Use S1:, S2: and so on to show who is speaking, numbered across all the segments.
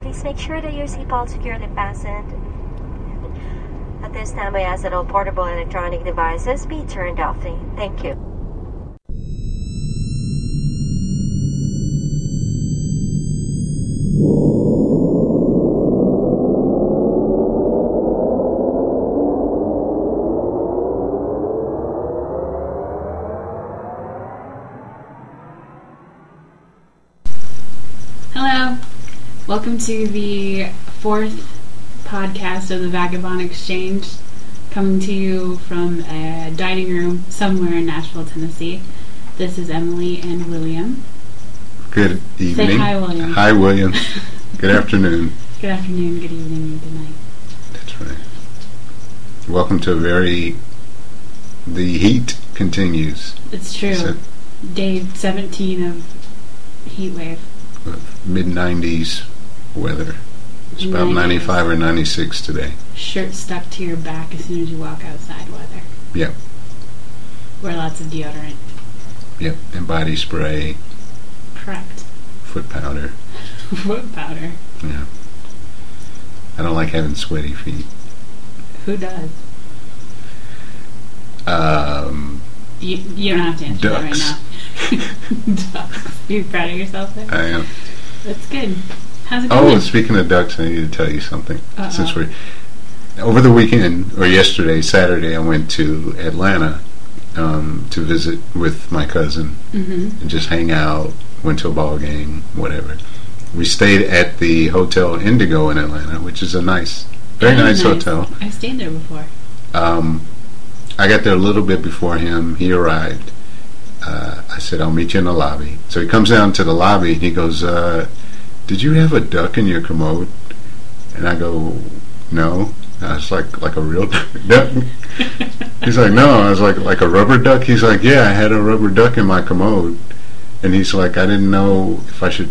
S1: Please make sure that your seatbelt securely fastened. At this time, I ask that all portable electronic devices be turned off. Thank you.
S2: Hello. Welcome to the fourth podcast of the Vagabond Exchange, coming to you from a dining room somewhere in Nashville, Tennessee. This is Emily and William.
S3: Good evening.
S2: hi, William.
S3: Hi, William. Good afternoon.
S2: Good afternoon, good evening, and good night.
S3: That's right. Welcome to a very. The heat continues.
S2: It's true.
S3: Is it
S2: Day 17 of heat wave.
S3: mid 90s uh, weather. It's about
S2: 90s.
S3: 95 or 96 today.
S2: Shirt stuck to your back as soon as you walk outside weather.
S3: Yep.
S2: Wear lots of deodorant.
S3: Yep. And body spray,
S2: Correct.
S3: foot powder.
S2: Foot powder.
S3: Yeah. I don't like having sweaty feet.
S2: Who does?
S3: Um,
S2: You, you don't have to answer
S3: Ducks.
S2: that right now. Ducks. You proud of yourself there?
S3: I am.
S2: That's good. How's it
S3: Oh,
S2: going?
S3: and speaking of ducks, I need to tell you something.
S2: Uh-oh.
S3: Since we over the weekend or yesterday, Saturday, I went to Atlanta um, to visit with my cousin
S2: hmm
S3: and just hang out. Went to a ball game, whatever. We stayed at the hotel Indigo in Atlanta, which is a nice, very nice, hotel.
S2: I stayed there before.
S3: Um, I got there a little bit before him. He arrived. Uh, I said, I'll meet you in the lobby. So he comes down to the lobby and he goes, uh, Did you have a duck in your commode? And I go, No. I was like, like a real duck. He's like, No. I was like, like a rubber duck. He's like, Yeah, I had a rubber duck in my commode. And he's like, I didn't know if I should,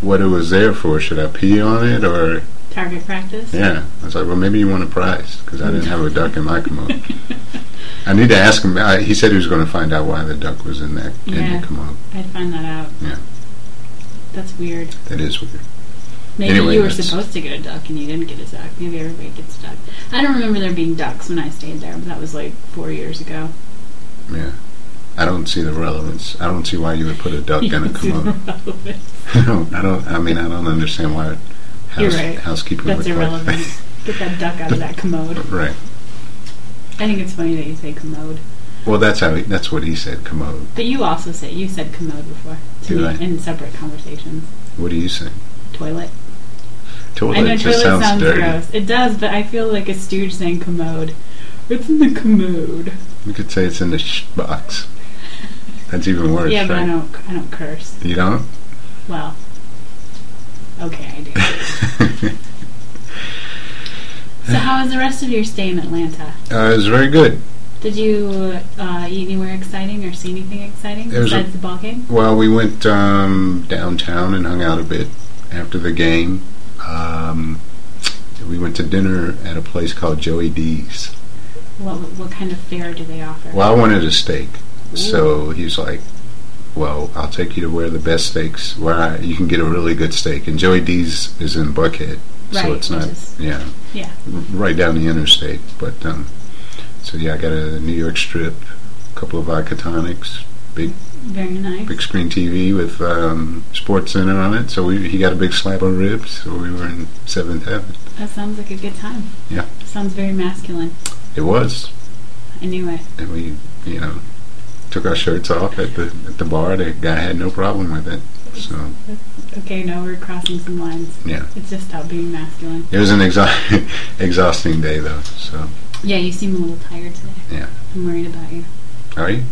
S3: what it was there for. Should I pee on it or?
S2: Target practice.
S3: Yeah. I was like, Well, maybe you won a prize because I didn't have a duck in my commode. I need to ask him. I, he said he was going to find out why the duck was in that in
S2: Yeah.
S3: the commode.
S2: I'd find that out.
S3: Yeah.
S2: That's weird.
S3: That is weird.
S2: Maybe
S3: Anyway,
S2: you were
S3: that's-
S2: supposed to get a duck and you didn't get a duck. Maybe everybody gets a duck. I don't remember there being ducks when I stayed there, but that was like four years ago.
S3: Yeah, I don't see the relevance. I don't see why you would put a duck in a commode.
S2: commode.
S3: I don't. I don't. I mean, I don't understand why
S2: You're
S3: house,
S2: right.
S3: housekeeping
S2: That's
S3: would like
S2: irrelevant. Get that duck out of that commode.
S3: right.
S2: I think it's funny that you say commode.
S3: Well, that's how. He, that's what he said. Commode.
S2: But you also say you said commode before to
S3: Did
S2: me
S3: I?
S2: in separate conversations.
S3: What do you say?
S2: Toilet.
S3: Toilet
S2: I know
S3: just
S2: toilet
S3: sounds,
S2: sounds
S3: dirty
S2: gross. It does, but I feel like a stooge saying commode. It's in the commode.
S3: You could say it's in the sh- box. That's even worse.
S2: yeah, but
S3: right?
S2: I don't. I don't curse.
S3: You don't.
S2: Well, okay, I do. so, how was the rest of your stay in Atlanta?
S3: Uh, it was very good.
S2: Did you uh, eat anywhere exciting or see anything exciting
S3: It was a-
S2: besides the ball game?
S3: Well, we went um, downtown and hung out a bit after the game. Um, we went to dinner at a place called Joey D's.
S2: What What kind of fare do they offer?
S3: Well, I wanted a steak, so he's like, "Well, I'll take you to where the best steaks, where I, you can get a really good steak." And Joey D's is in Buckhead,
S2: Right,
S3: so it's not,
S2: which is-
S3: yeah,
S2: yeah.
S3: r- right down the interstate. But um, so yeah, I got a New York strip, a couple of vodka tonics, big
S2: Very nice.
S3: big screen TV with um, Sports Center on it. So we, he got a big slab on ribs. So we were in Seventh Heaven.
S2: That sounds like a good time.
S3: Yeah.
S2: Sounds very masculine.
S3: It was,
S2: I knew it.
S3: and we, you know, took our shirts off at the at the bar. The guy had no problem with it. So
S2: Okay, no, we're crossing some lines.
S3: Yeah.
S2: It's just about being masculine.
S3: it was an exha- exhausting day, though. So
S2: Yeah, you seem a little tired today.
S3: Yeah.
S2: I'm worried about you.
S3: are you?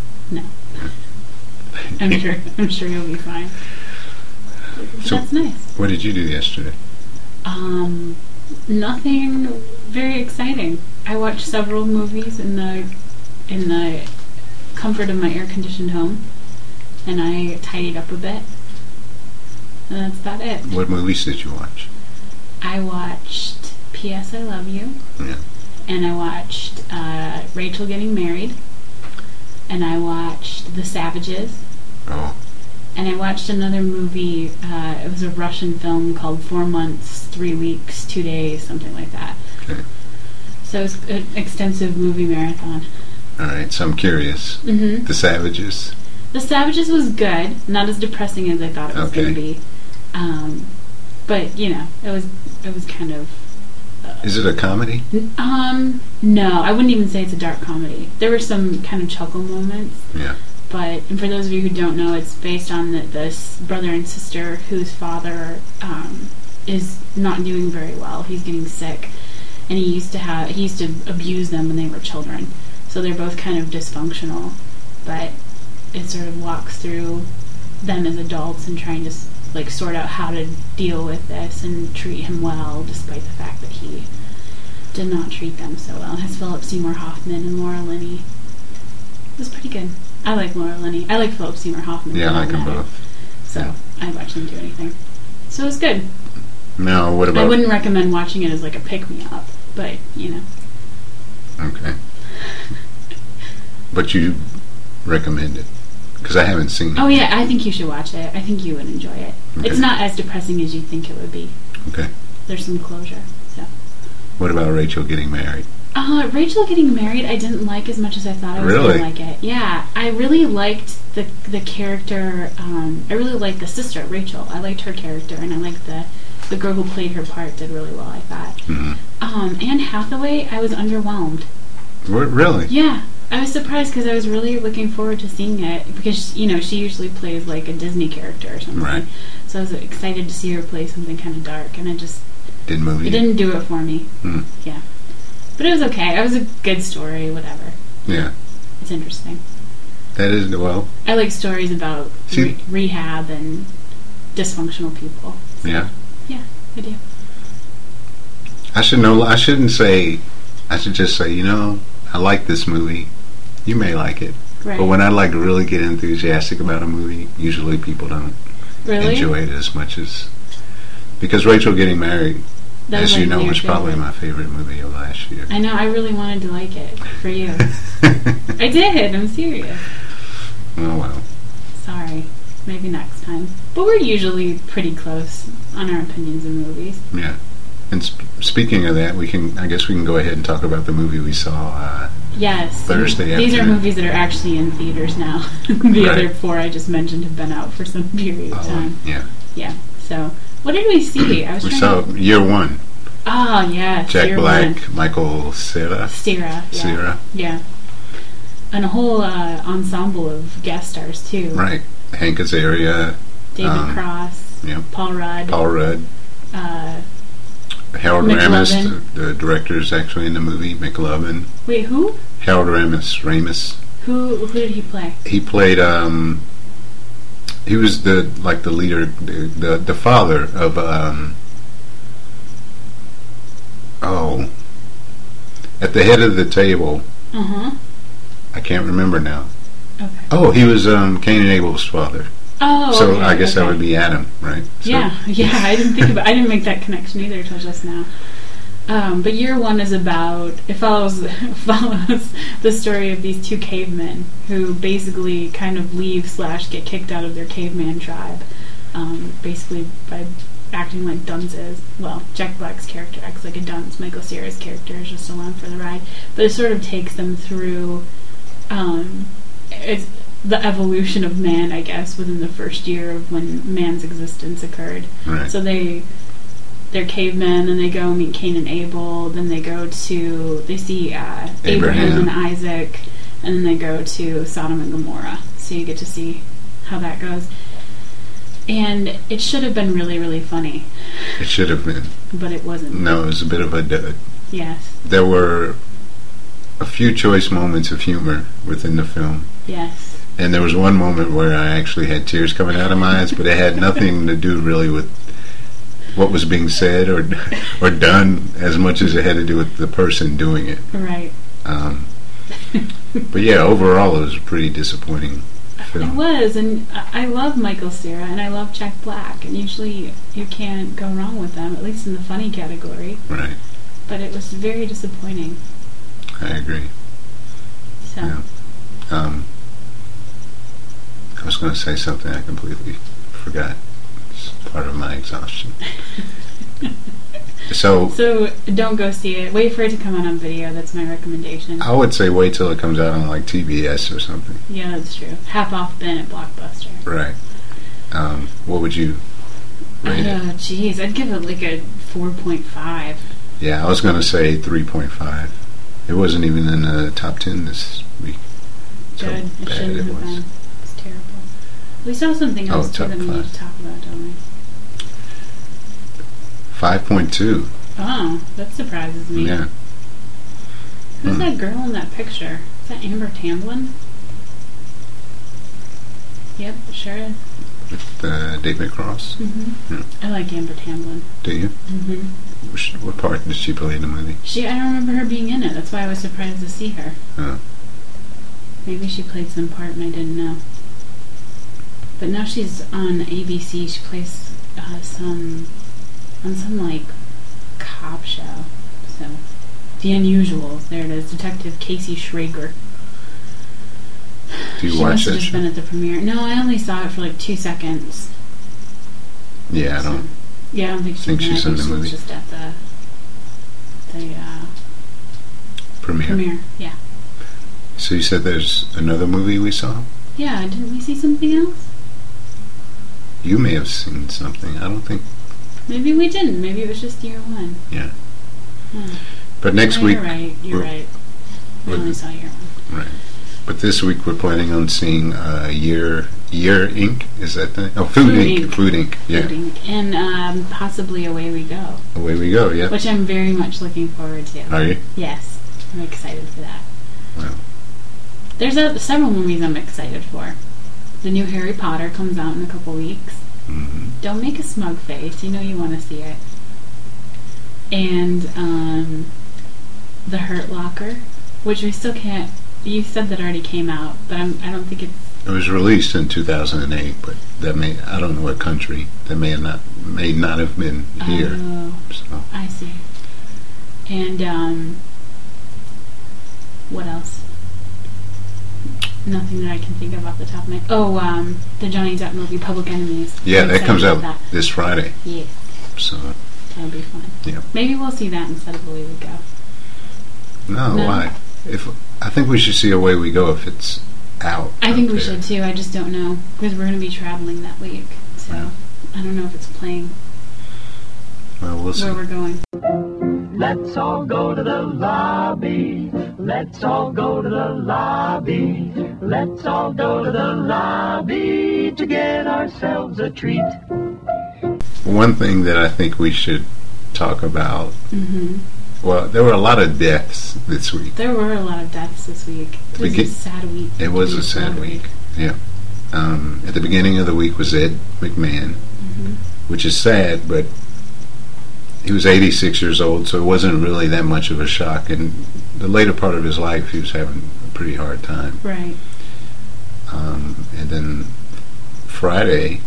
S2: I'm sure. I'm sure you'll be fine. But
S3: So-
S2: That's nice.
S3: What did you do yesterday?
S2: Um, nothing very exciting. I watched several movies in the in the comfort of my air conditioned home, and I tidied up a bit. And that's about it.
S3: What movies did you watch?
S2: I watched P.S. I Love You.
S3: Yeah.
S2: And I watched uh, Rachel Getting Married. And I watched The Savages.
S3: Oh,
S2: And I watched another movie. Uh, it was a Russian film called Four Months, Three Weeks, Two Days, something like that.
S3: Okay.
S2: So it was an extensive movie marathon.
S3: All right. So I'm curious.
S2: Mm-hmm.
S3: The Savages.
S2: The Savages was good, not as depressing as I thought it was
S3: Okay.
S2: going to be. Um, but you know, it was it was kind of
S3: Is it a comedy?
S2: um no, I wouldn't even say it's a dark comedy. There were some kind of chuckle moments.
S3: Yeah.
S2: But and for those of you who don't know, it's based on the, this brother and sister whose father um, is not doing very well. He's getting sick, and he used to have he used to abuse them when they were children. So they're both kind of dysfunctional, but it sort of walks through them as adults and trying to s- like sort out how to deal with this and treat him well, despite the fact that he did not treat them so well. It has Philip Seymour Hoffman and Laura Linney. It was pretty good. I like Laura Linney. I like Philip Seymour Hoffman.
S3: Yeah, I
S2: for
S3: like
S2: that
S3: them
S2: matter.
S3: both.
S2: So I'd watch them do anything. So it was good.
S3: Now, what
S2: I
S3: about?
S2: wouldn't recommend watching it as like a pick me up, but you know,
S3: Okay. But you recommend it because I haven't seen it.
S2: oh yeah, I think you should watch it. I think you would enjoy it.
S3: Okay.
S2: It's not as depressing as you think it would be.
S3: Okay.
S2: There's some closure. So
S3: What about Rachel getting married?
S2: uh, Rachel getting married, I didn't like as much as I thought I was
S3: Really?
S2: gonna like it. Yeah, I really liked the the character. Um, I really liked the sister Rachel. I liked her character, and I liked the the girl who played her part did really well. I thought.
S3: Mhm.
S2: Um, Anne Hathaway, I was underwhelmed.
S3: Re- Really?
S2: Yeah, I was surprised because I was really looking forward to seeing it because you know she usually plays like a Disney character or something.
S3: Right.
S2: So I was excited to see her play something kind of dark, and it just
S3: Didn't move
S2: it
S3: you.
S2: didn't do it for me.
S3: Hmm.
S2: Yeah, but it was okay. It was a good story. Whatever.
S3: Yeah.
S2: It's interesting.
S3: That is well.
S2: I like stories about
S3: See-
S2: re- rehab and dysfunctional people.
S3: Yeah.
S2: I do.
S3: I should know. I shouldn't say. I should just say. You know, I like this movie. You may like it,
S2: Right.
S3: but when I like really get enthusiastic about a movie, usually people don't
S2: really?
S3: enjoy it as much as. Because Rachel getting married,
S2: That
S3: as you
S2: like,
S3: know,
S2: your
S3: was probably
S2: favorite.
S3: my favorite movie of last year.
S2: I know. I really wanted to like it for you. I did. I'm serious.
S3: oh well.
S2: Sorry. Maybe next time. But we're usually pretty close on our opinions of movies.
S3: Yeah. And sp- speaking of that, we can. I guess we can go ahead and talk about the movie we saw. Uh,
S2: Yes.
S3: Thursday
S2: These are
S3: afternoon.
S2: movies that are actually in theaters now. the
S3: Right.
S2: other four I just mentioned have been out for some period of
S3: oh,
S2: time.
S3: yeah.
S2: Yeah. So, what did we see? I was
S3: We
S2: trying
S3: saw
S2: to.
S3: Year One.
S2: Oh, yes.
S3: Jack
S2: Year
S3: Black,
S2: One.
S3: Michael Cera.
S2: Sierra. Yeah.
S3: Cera.
S2: Yeah. And a whole uh, ensemble of guest stars, too.
S3: Right. Hank Azaria,
S2: David
S3: Um,
S2: Cross,
S3: yeah.
S2: Paul Rudd,
S3: Paul Rudd,
S2: Uh,
S3: Harold
S2: McLovin.
S3: Ramis, the, the director is actually in the movie, McLovin.
S2: wait, who?
S3: Harold Ramis, Ramis.
S2: Who who did he play?
S3: He played, um, he was the, like the leader, the, the, the father of, um, oh, at the head of the table.
S2: Uh huh.
S3: I can't remember now.
S2: Okay.
S3: Oh, he was um, Cain and Abel's father.
S2: Oh,
S3: so
S2: okay,
S3: I guess that
S2: okay.
S3: would be Adam, right? So-
S2: yeah, yeah. I didn't think about. I didn't make that connection either till just now. Um, but year one is about it follows follows the story of these two cavemen who basically kind of leave slash get kicked out of their caveman tribe, um, basically by acting like dunces. Well, Jack Black's character acts like a dunce. Michael Cera's character is just along for the ride, but it sort of takes them through. Um, it's the evolution of man, I guess, within the first year of when man's existence occurred.
S3: Right.
S2: So they they're cavemen, and they go meet Cain and Abel. Then they go to they see uh, Abraham.
S3: Abraham.
S2: and Isaac, and then they go to Sodom and Gomorrah. So you get to see how that goes. And it should have been really, really funny,
S3: It should have been.
S2: but it wasn't.
S3: No, it was a bit of a dud.
S2: Yes,
S3: There were a few choice moments of humor within the film.
S2: yes.
S3: And there was one moment where I actually had tears coming out of my eyes, but it had nothing to do really with what was being said or or done as much as it had to do with the person doing it.
S2: Right.
S3: Um, but yeah, overall, it was a pretty disappointing
S2: It
S3: film.
S2: was, and I I love Michael Cera and I love Jack Black, and usually you can't go wrong with them, at least in the funny category.
S3: Right,
S2: But it was very disappointing.
S3: I agree.
S2: So
S3: Yeah. Um, I was going to say something I completely forgot. It's part of my exhaustion. so
S2: So don't go see it. Wait for it to come out on video. That's my recommendation.
S3: I would say wait till it comes out on like TBS or something.
S2: Yeah, that's true. Half off bin at Blockbuster.
S3: Right. Um, what would you rate it?
S2: Oh, jeez, I'd give it like a four point five.
S3: Yeah, I was going to say 3.5. It wasn't even in the top 10 this week. So
S2: Good. it
S3: bad
S2: shouldn't
S3: it
S2: have
S3: was.
S2: been. It's terrible. We saw something
S3: Oh,
S2: else too
S3: top
S2: that we need
S3: five.
S2: to talk about, don't we?
S3: 5.2.
S2: Oh, that surprises me.
S3: Yeah.
S2: Who's
S3: Hmm.
S2: that girl in that picture? Is that Amber Tamblyn? Yep, it sure is.
S3: With uh, David Cross.
S2: Mm-hmm.
S3: Hmm.
S2: I like Amber Tamblyn.
S3: Do you?
S2: Mm-hmm.
S3: Which, what part did she play in the movie?
S2: She, I don't remember her being in it. That's why I was surprised to see her.
S3: Oh.
S2: Maybe she played some part and I didn't know. But now she's on ABC. She plays uh, some on some like cop show. So The Unusuals. There it is. Detective Casey Schrager.
S3: Do you
S2: she
S3: watch
S2: must have
S3: that
S2: just
S3: show?
S2: been at the premiere. No, I only saw it for like two seconds.
S3: Yeah, I don't.
S2: So- yeah, I don't think,
S3: think
S2: she's,
S3: she's
S2: in
S3: in
S2: it. I think
S3: the
S2: she
S3: movie.
S2: was just at the the uh,
S3: Premiere.
S2: premiere. Yeah.
S3: So you said there's another movie we saw?
S2: Yeah, didn't we see something else?
S3: You may have seen something. I don't think.
S2: Maybe we didn't. Maybe it was just year one.
S3: Yeah.
S2: Hmm.
S3: But next
S2: No,
S3: week.
S2: You're right. You're
S3: we're-
S2: right. We
S3: we're-
S2: only saw year one.
S3: But this week we're planning on seeing uh, Year Year Inc. Is that the oh Food,
S2: Food
S3: Inc.
S2: Inc.
S3: Food Inc. Yeah,
S2: Including- And um, possibly away we go,
S3: away we go. Yeah,
S2: which I'm very much looking forward to.
S3: are you?
S2: Yes, I'm excited for that.
S3: Wow.
S2: There's a, several movies I'm excited for. The new Harry Potter comes out in a couple weeks.
S3: hmm
S2: Don't make a smug face. You know you want to see it. And um, the Hurt Locker, which we still can't. You said that already came out, but I'm, I don't think it's.
S3: It was released in 2008, but that may I don't know what country that may have not may not have been here.
S2: Oh,
S3: so
S2: I see. And um, what else? Nothing that I can think of off the top of my. Oh, um, the Johnny Depp movie, Public Enemies.
S3: yeah,
S2: I'm
S3: that
S2: excited
S3: comes
S2: about
S3: out
S2: That.
S3: this Friday.
S2: Yes,
S3: So
S2: that'll be fun.
S3: Yeah.
S2: Maybe we'll see that instead of Away We Go.
S3: no,
S2: No.
S3: why? If I think we should see Away We Go if it's out.
S2: I
S3: out
S2: think we
S3: there.
S2: should too. I just don't know because we're going to be traveling that week, so
S3: Yeah.
S2: I don't know if it's playing
S3: Well, we'll see.
S2: where we're going.
S4: Let's all go to the lobby. Let's all go to the lobby. Let's all go to the lobby to get ourselves a treat.
S3: One thing that I think we should talk about.
S2: hmm
S3: Well, there were a lot of deaths this week.
S2: There were a lot of deaths this week. It
S3: The
S2: was a
S3: begin-
S2: sad week. Mm-hmm.
S3: It was a sad week. Yeah. Um, at the beginning of the week was Ed McMahon,
S2: Mhm.
S3: which is sad, but he was 86 years old, so it wasn't really that much of a shock. And the later part of his life, he was having a pretty hard time.
S2: Right.
S3: Um, and then Friday,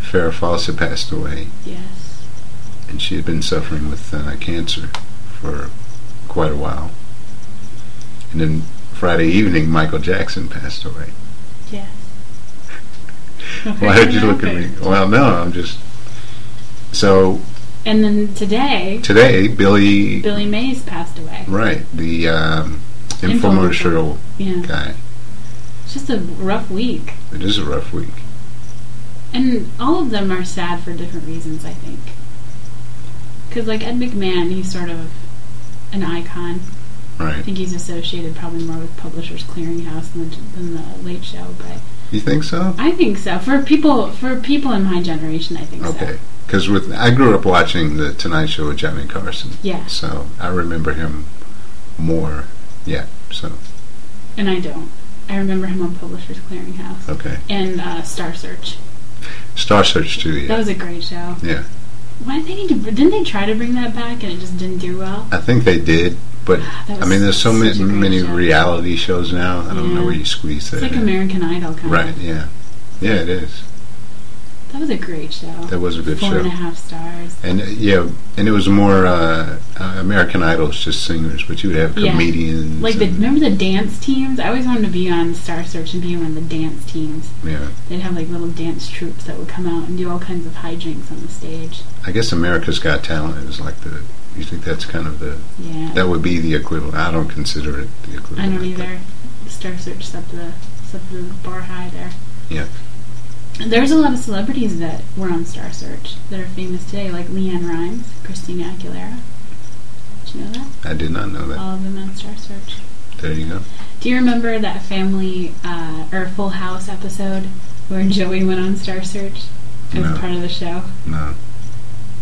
S3: Farrah Fawcett passed away,
S2: Yes.
S3: and she had been suffering with uh, cancer for quite a while. And then Friday evening, Michael Jackson passed away.
S2: Yes.
S3: Why did you look at me? Well, no, I'm just. So
S2: And then today,
S3: today, Billy,
S2: Billy Mays passed away.
S3: right, the um, infomercial
S2: Yeah.
S3: guy.
S2: It's just a rough week.
S3: It is a rough week.
S2: And all of them are sad for different reasons, I think. Because, like, Ed McMahon, he's sort of an icon. I
S3: Right.
S2: think he's associated probably more with Publishers Clearinghouse than, than the Late Show, but
S3: You think so?
S2: I think so. For people for people in my generation, I think so.
S3: Okay. Because with I grew up watching the Tonight Show with Johnny Carson,
S2: Yeah,
S3: so I remember him more. Yeah. So
S2: and I don't. I remember him on Publishers Clearinghouse
S3: okay.
S2: and uh, Star Search.
S3: Star Search too.
S2: That
S3: Yeah.
S2: was a great show.
S3: Yeah.
S2: Why did they need to? Didn't they try to bring that back and it just didn't do well?
S3: I think they did, but
S2: That
S3: I
S2: was
S3: mean, there's so
S2: such
S3: many
S2: a great
S3: many
S2: show.
S3: reality shows now. I don't
S2: Yeah.
S3: know where you squeeze
S2: It's
S3: that.
S2: like
S3: in.
S2: American Idol kind
S3: Right.
S2: of.
S3: Yeah. Yeah. It is.
S2: That was a great show.
S3: That was a good
S2: Four
S3: show.
S2: and a half stars.
S3: And uh, yeah, and it was more. Uh, uh, American Idol is just singers, but you would have
S2: Yeah.
S3: comedians.
S2: Like the
S3: and-
S2: remember the dance teams? I always wanted to be on Star Search and be on the dance teams.
S3: yeah.
S2: They'd have like little dance troops that would come out and do all kinds of hijinks on the stage.
S3: I guess America's Got Talent is like the. You think that's kind of the
S2: Yeah,
S3: that would be the equivalent? I don't consider it the equivalent.
S2: I don't
S3: but-
S2: either. Star Search set the set the bar high there.
S3: Yeah.
S2: There's a lot of celebrities that were on Star Search that are famous today, like Leanne Rhymes, Christina Aguilera. Did you know that?
S3: I did not know that.
S2: All of them on Star Search.
S3: There you go.
S2: Do you remember that family uh, or Full House episode where Joey went on Star Search as
S3: Mm-hmm. No.
S2: part of the show?
S3: No.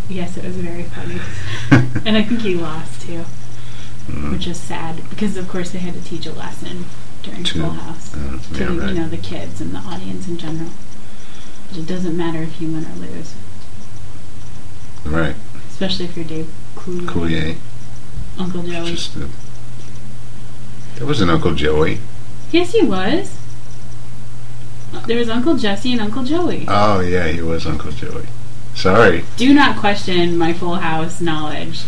S2: Yes, it was very funny, and I think he lost too,
S3: Mm.
S2: which is sad because of course they had to teach a lesson during
S3: To-
S2: Full House
S3: Uh,
S2: to
S3: yeah,
S2: you
S3: right.
S2: know the kids and the audience in general. But it doesn't matter if you win or lose,
S3: Right.
S2: especially if you're Dave Coulier,
S3: Coulier.
S2: Uncle Joey.
S3: Just a, there was an Uncle Joey.
S2: yes, he was. Uh, There was Uncle Jesse and Uncle Joey.
S3: Oh yeah, he was Uncle Joey. Sorry.
S2: Do not question my Full House knowledge.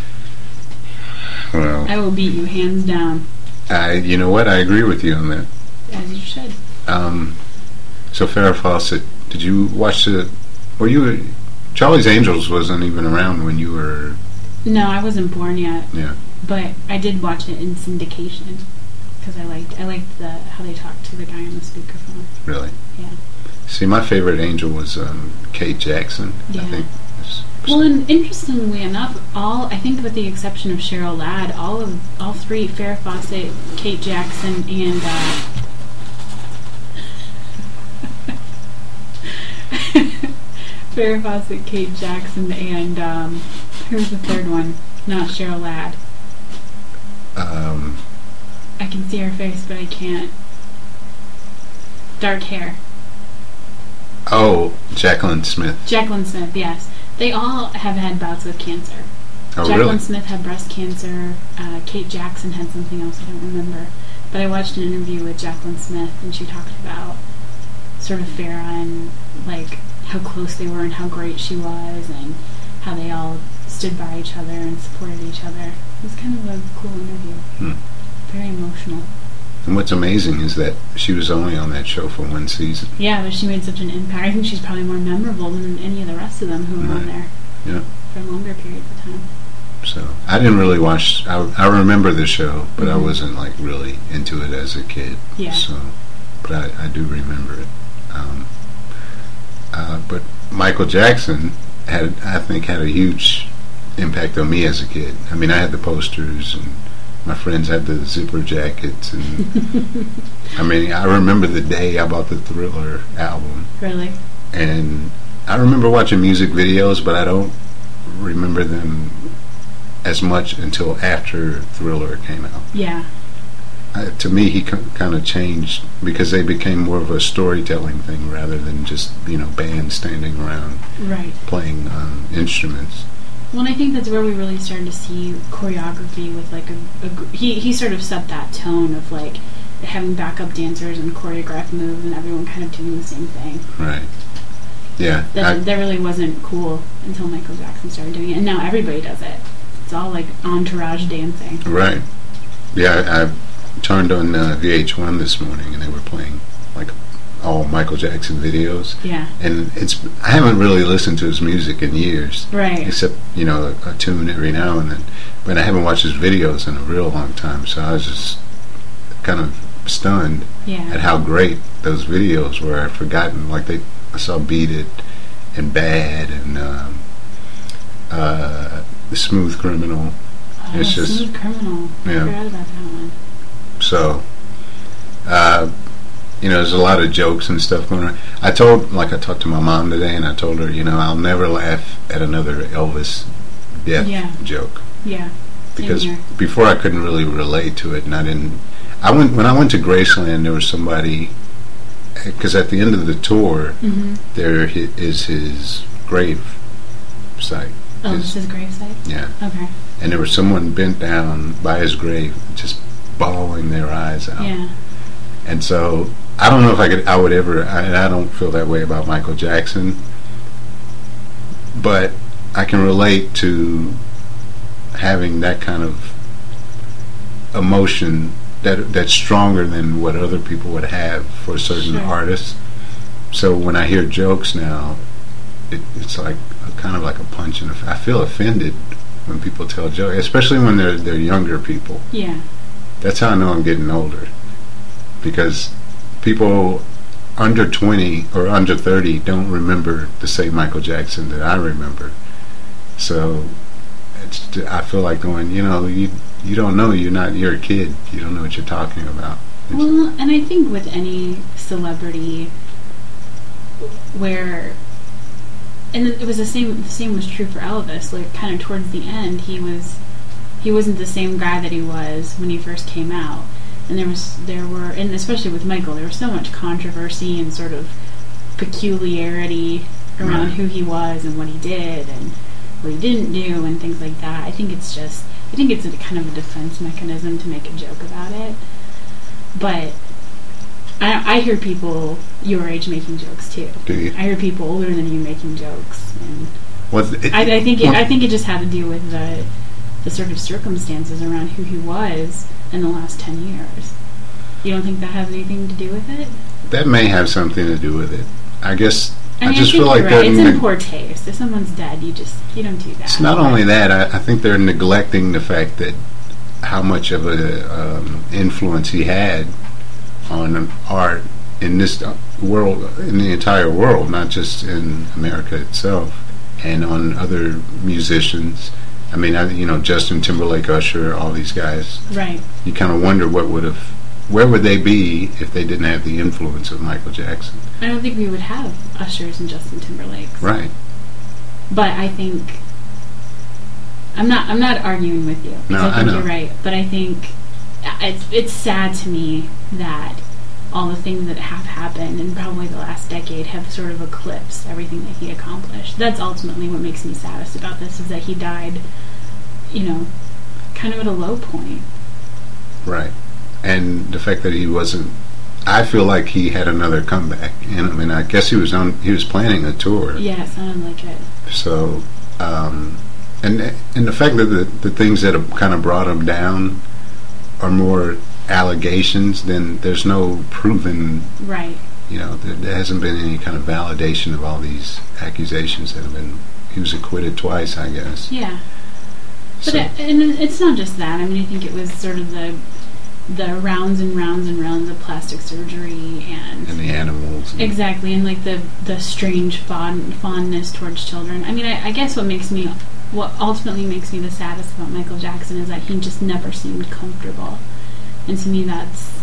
S3: Well,
S2: I will beat you hands down,
S3: I. You know what? I agree with you on that.
S2: as you should.
S3: Um, so Farrah Fawcett, did you watch the? Were you? Charlie's Angels wasn't even around when you were.
S2: No, I wasn't born yet.
S3: Yeah.
S2: But I did watch it in syndication because I liked I liked the how they talked to the guy on the speakerphone.
S3: Really?
S2: Yeah.
S3: See, my favorite angel was um, Kate Jackson. I
S2: Yeah.
S3: think. It's-
S2: Well, and interestingly enough, all I think with the exception of Cheryl Ladd, all of all three Farrah Fawcett, Kate Jackson, and uh, Farrah Fawcett, Kate Jackson, and um, who's the third one? Not Cheryl Ladd.
S3: um,
S2: I can see her face, but I can't. Dark hair.
S3: oh, Jacqueline Smith.
S2: Jacqueline Smith, yes. They all have had bouts with cancer.
S3: Oh,
S2: Jacqueline
S3: really?
S2: Smith had breast cancer. Uh, Kate Jackson had something else I don't remember. But I watched an interview with Jacqueline Smith, and she talked about sort of Farah and like how close they were and how great she was, and how they all stood by each other and supported each other. It was kind of a cool interview.
S3: Hmm.
S2: Very emotional.
S3: And what's amazing is that she was only on that show for one season.
S2: Yeah, but she made such an impact. I think she's probably more memorable than any of the rest of them who were on there
S3: Yeah.
S2: for longer periods of time.
S3: So I didn't really watch. I, I remember the show, but I
S2: Mhm.
S3: wasn't like really into it as a kid.
S2: Yeah.
S3: So, but I, I do remember it. Um, uh, but Michael Jackson had, I think, had a huge impact on me as a kid. I mean, I had the posters, and my friends had the zipper jackets, and I mean, I remember the day I bought the Thriller album,
S2: really?
S3: and I remember watching music videos, but I don't remember them as much until after Thriller came out
S2: Yeah.
S3: uh, to me, he kind of changed because they became more of a storytelling thing rather than just you know bands standing around
S2: Right.
S3: playing um, instruments.
S2: Well, and I think that's where we really started to see choreography with like a, a gr- he he sort of set that tone of like having backup dancers and choreographed moves and everyone kind of doing the same thing.
S3: Right? Yeah.
S2: That
S3: I,
S2: that really wasn't cool until Michael Jackson started doing it, and now everybody does it. It's all like entourage dancing.
S3: right. Yeah. I, I turned on uh, VH1 this morning and they were playing like all Michael Jackson videos,
S2: Yeah.
S3: and it's I haven't really listened to his music in years.
S2: Right.
S3: except you know a, tune every now and then. But I haven't watched his videos in a real long time, so I was just kind of stunned at
S2: Yeah.
S3: how great those videos were. I'd forgotten like they I saw "Beat It" and "Bad" and um, uh, "The Smooth Criminal."
S2: Oh,
S3: it's just-
S2: Smooth criminal.
S3: Yeah.
S2: I forgot about that one.
S3: So, uh, you know, there's a lot of jokes and stuff going on. I told, like, I talked to my mom today, and I told her, you know, I'll never laugh at another Elvis death
S2: Yeah.
S3: joke.
S2: Yeah. Same
S3: because
S2: here.
S3: before I couldn't really relate to it, and I didn't. I went when I went to Graceland. There was somebody because at the end of the tour,
S2: Mm-hmm.
S3: there hi- is his grave site.
S2: Oh,
S3: Is-
S2: this is gravesite.
S3: Yeah,
S2: Okay.
S3: and there was someone bent down by his grave, just bawling their eyes out.
S2: Yeah.
S3: And so I don't know if I could, I would ever, I, and I don't feel that way about Michael Jackson, but I can relate to having that kind of emotion that that's stronger than what other people would have for certain
S2: Sure.
S3: artists. So when I hear jokes now, it, it's like kind of like a punch in the. fa- I feel offended when people tell jokes, especially when they're they're younger people.
S2: Yeah.
S3: That's how I know I'm getting older, because people under 20 or under 30 don't remember the same Michael Jackson that I remember. So it's, I feel like going, you know, you you don't know, you're not, you're a kid, you don't know what you're talking about. It's-
S2: Well, and I think with any celebrity, where, and it was the same. The same was true for Elvis. Like, kind of towards the end, he was, he wasn't the same guy that he was when he first came out. And there was, there were, and especially with Michael, there was so much controversy and sort of peculiarity around
S3: Right.
S2: who he was and what he did and what he didn't do and things like that. I think it's just, I think it's a kind of a defense mechanism to make a joke about it. But I, I hear people your age making jokes too.
S3: Do you?
S2: I hear people older than you making jokes, and
S3: Well, it-
S2: I, I think it,
S3: well,
S2: I think it just had to do with the the sort of circumstances around who he was in the last ten years. You don't think that has anything to do with it?
S3: that may have something to do with it. I guess I,
S2: mean,
S3: just
S2: think
S3: feel like
S2: you're
S3: they're
S2: right. it's in
S3: neg-
S2: poor taste. If someone's dead, you just you don't do that.
S3: it's not only that. I, I think they're neglecting the fact that how much of a um, influence he had on art in this uh, world, in the entire world, not just in America itself, and on other musicians. I mean, I, you know, Justin Timberlake, Usher, all these guys.
S2: right.
S3: You kind of wonder what would have, where would they be if they didn't have the influence of Michael Jackson,
S2: I don't think we would have Usher's and Justin Timberlake's.
S3: right?
S2: but I think I'm not. I'm not arguing with you. 'cause
S3: No,
S2: I
S3: I
S2: think
S3: know.
S2: you're right. But I think uh, it's it's sad to me that all the things that have happened in probably the last decade have sort of eclipsed everything that he accomplished. That's ultimately what makes me saddest about this is that he died, you know, kind of at a low point.
S3: Right. And the fact that he wasn't I feel like he had another comeback and I mean I guess he was on he was planning a tour.
S2: Yeah, it sounded like it.
S3: So um and and the fact that the, the things that have kind of brought him down are more allegations then there's no proven
S2: Right.
S3: you know there, there hasn't been any kind of validation of all these accusations that have been he was acquitted twice I guess
S2: Yeah. But
S3: so,
S2: it, and it's not just that. I mean, I think it was sort of the the rounds and rounds and rounds of plastic surgery and
S3: and the animals and-
S2: exactly and like the the strange fond, fondness towards children. I mean, I, I guess what makes me what ultimately makes me the saddest about Michael Jackson is that he just never seemed comfortable, and to me that's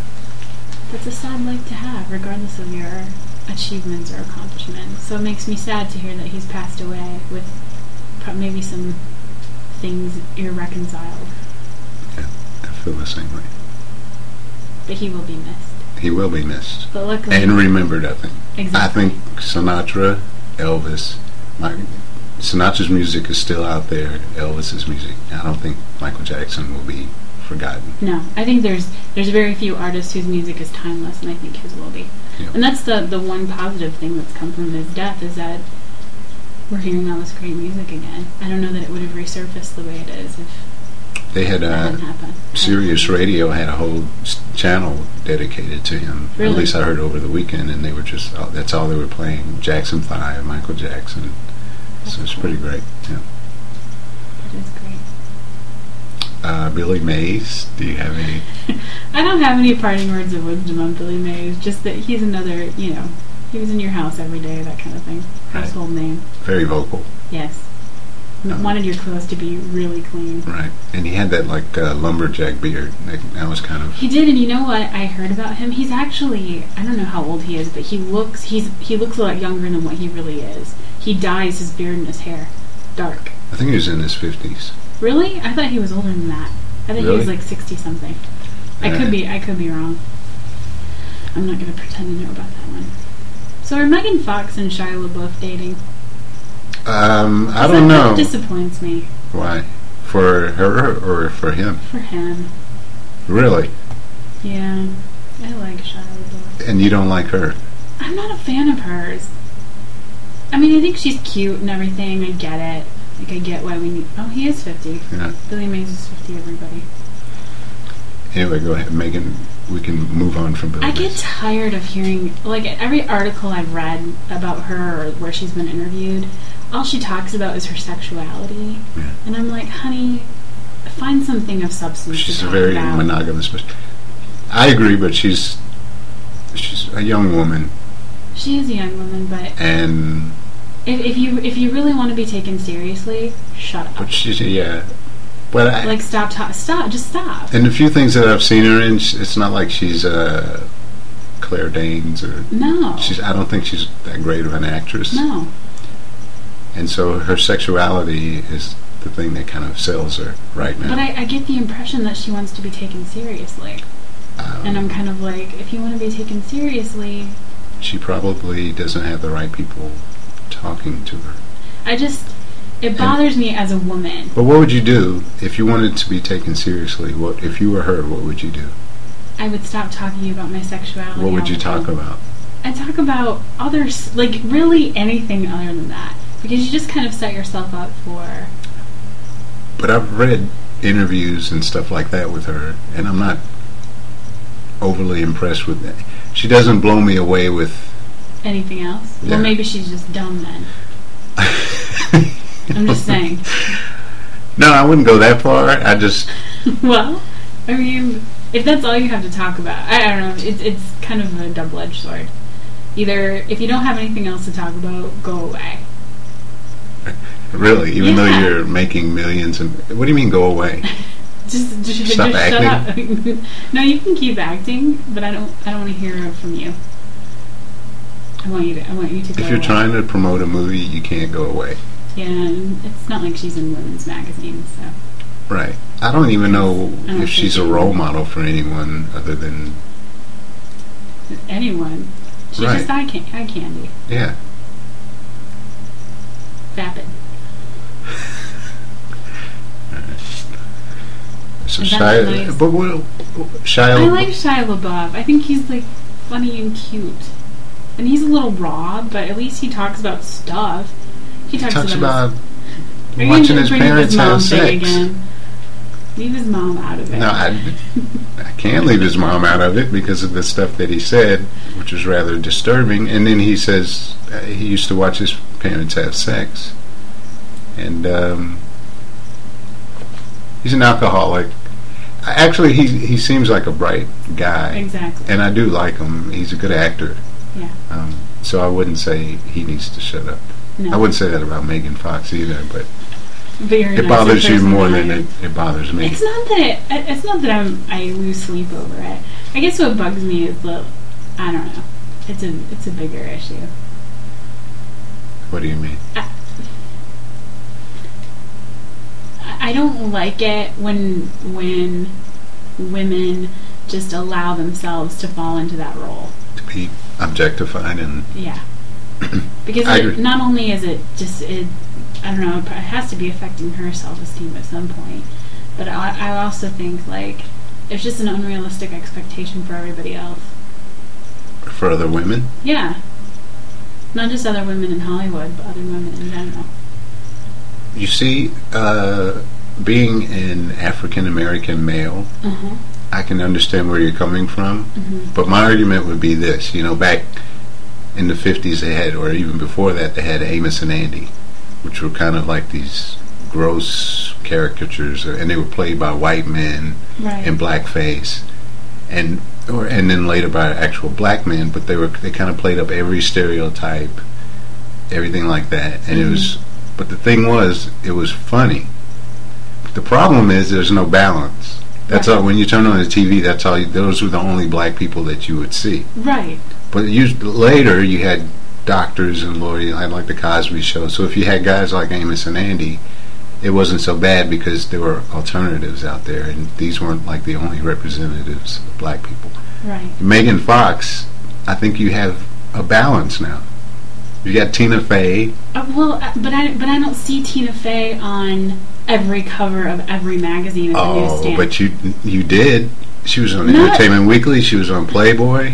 S2: that's a sad life to have, regardless of your achievements or accomplishments. So it makes me sad to hear that he's passed away with pro- maybe some things irreconciled,
S3: I feel the same way
S2: but he will be missed.
S3: he will be missed
S2: But luckily,
S3: and remembered I think I
S2: exactly.
S3: think Sinatra, Elvis, my, Sinatra's music is still out there. Elvis's music. I don't think Michael Jackson will be forgotten.
S2: No, I think there's there's very few artists whose music is timeless, and I think his will be.
S3: Yeah.
S2: And that's the the one positive thing that's come from his death is that we're hearing all this great music again. I don't know that it would have resurfaced the way it is if
S3: They had
S2: that
S3: uh,
S2: hadn't happened.
S3: Sirius Radio had a whole s- channel dedicated to him.
S2: Really?
S3: At least I heard over the weekend, and they were just oh, that's all they were playing: Jackson Five, Michael Jackson. So it's pretty great. Yeah.
S2: It is great.
S3: Uh, Billy Mays. Do you have any?
S2: I don't have any parting words of wisdom on Billy Mays. Just that he's another, you know, he was in your house every day, that kind of thing.
S3: Right. Uh-huh.
S2: Household name.
S3: Very vocal,
S2: Yes.
S3: No.
S2: Wanted your clothes to be really clean.
S3: right? And he had that like uh, lumberjack beard. That, that was kind of
S2: He did, and you know what I heard about him? He's actually I don't know how old he is, but he looks he's he looks a lot younger than what he really is. He dyes his beard and his hair dark.
S3: I think he was in his fifties.
S2: Really? I thought he was older than that. I think he was
S3: Really?
S2: like sixty something. I could
S3: Alright.
S2: be I could be wrong. I'm not gonna pretend to know about that one. So are Megan Fox and Shia LaBeouf dating?
S3: Um, I
S2: 'Cause
S3: don't
S2: that-
S3: know
S2: That disappoints me
S3: why. For her or for him,
S2: for him.
S3: really?
S2: Yeah, I like Shia LaBeouf.
S3: And you don't like her?
S2: I'm not a fan of hers. I mean, I think she's cute and everything. I get it. Like I get why we need. Oh, he is fifty.
S3: Yeah.
S2: Billy Mays is fifty. Everybody.
S3: Anyway, go ahead, Megan. We can move on from Billy.
S2: I get
S3: Mays.
S2: tired of hearing like every article I've read about her or where she's been interviewed. All she talks about is her sexuality,
S3: Yeah.
S2: and I'm like, honey, find something of substance.
S3: She's
S2: to
S3: a
S2: talk
S3: very
S2: about.
S3: monogamous. Person. I agree, but she's she's a young woman,
S2: She is a young woman, but
S3: and
S2: if, if you if you really want to be taken seriously, shut up.
S3: but she's yeah. But I,
S2: Like stop, ta- stop, just stop.
S3: and the few things that I've seen her in, sh- it's not like she's uh, Claire Danes or
S2: No,
S3: she's. I don't think she's that great of an actress,
S2: no,
S3: and so her sexuality is the thing that kind of sells her right now.
S2: but I, I get the impression that she wants to be taken seriously,
S3: Um,
S2: and I'm kind of like, if you want to be taken seriously,
S3: she probably doesn't have the right people talking to her.
S2: I just it bothers me as a woman.
S3: But what would you do if you wanted to be taken seriously? What if you were her? What would you do?
S2: I would stop talking about my sexuality.
S3: What would
S2: all
S3: you
S2: the
S3: talk
S2: time.
S3: about?
S2: I talk about others, like really anything other than that, because you just kind of set yourself up for.
S3: But I've read interviews and stuff like that with her, and I'm not overly impressed with that. She doesn't blow me away with.
S2: Anything else?
S3: Yeah.
S2: Well, maybe she's just dumb then. I'm just saying.
S3: No, I wouldn't go that far. I just
S2: well, I mean, if that's all you have to talk about, I, I don't know. It's it's kind of a double-edged sword. Either if you don't have anything else to talk about, go away.
S3: really,
S2: Yeah.
S3: even though you're making millions and what do you mean go away?
S2: Just, just,
S3: Stop
S2: just shut up. no, you can keep acting, but I don't. I don't want to hear it from you. I want you to. I want you to. go
S3: If you're
S2: away.
S3: trying to promote a movie, you can't go away.
S2: yeah, and it's not like she's in women's magazines, so
S3: Right. I don't even know
S2: I don't
S3: if she's a
S2: think-
S3: role model for anyone other than
S2: anyone. She's
S3: Right.
S2: just eye, can- eye candy,
S3: yeah.
S2: vapid.
S3: So
S2: That's
S3: Shia,
S2: nice.
S3: but what, Shia,
S2: I like Shia LaBeouf. I think he's like funny and cute, and he's a little raw, but at least he talks about stuff. He talks,
S3: talks
S2: about,
S3: about
S2: Are you
S3: watching
S2: gonna
S3: his
S2: bring up
S3: parents
S2: mom
S3: have
S2: thing
S3: sex.
S2: Again? Leave his mom out of it.
S3: No, I, I can't leave his mom out of it because of the stuff that he said, which was rather disturbing. And then he says uh, he used to watch his parents have sex, and um, he's an alcoholic. I- Actually, he he seems like a bright guy,
S2: exactly.
S3: and I do like him. He's a good actor.
S2: Yeah.
S3: Um, so I wouldn't say he needs to shut up.
S2: No.
S3: I wouldn't say that about Megan Fox either, but
S2: But you're a
S3: it
S2: nicer
S3: bothers you
S2: person
S3: more
S2: I
S3: than
S2: am.
S3: it, it bothers me.
S2: It's not that it, I- it's not that I'm I lose sleep over it. I guess what bugs me is the I don't know. It's a it's a bigger issue.
S3: What do you mean?
S2: I I don't like it when when women just allow themselves to fall into that role.
S3: To be objectified and
S2: Yeah. Because
S3: I
S2: it,
S3: agree.
S2: not only is it just it, I don't know, it pro- it has to be affecting her self esteem at some point. But I, I also think like there's just an unrealistic expectation for everybody else.
S3: for other women.
S2: Yeah. Not just other women in Hollywood, but other women in general.
S3: You see, uh, being an African American male,
S2: Uh-huh.
S3: I can understand where you're coming from,
S2: Mhm.
S3: but my argument would be this you know, back in the 50s, they had, or even before that, they had Amos and Andy, which were kind of like these gross caricatures, and they were played by white men
S2: Right.
S3: in blackface, and or and then later by actual black men. But they were they kind of played up every stereotype, everything like that, and it was.
S2: Mm-hmm.
S3: But the thing was, it was funny. The problem is there's no balance. That's
S2: Right.
S3: all. When you turn on the TV, that's all. You, those were the only black people that you would see.
S2: right.
S3: But you, later, you had doctors and lawyers, you had like the Cosby Show. So if you had guys like Amos and Andy, it wasn't so bad because there were alternatives out there, and these weren't like the only representatives of black people.
S2: Right.
S3: Megan Fox, I think you have a balance now. You got Tina Fey.
S2: Uh, well, uh, but I but I don't see Tina Fey on every cover of every magazine at the
S3: Oh,
S2: newsstand.
S3: but you you did. She was on
S2: Not-
S3: Entertainment Weekly. She was on Playboy.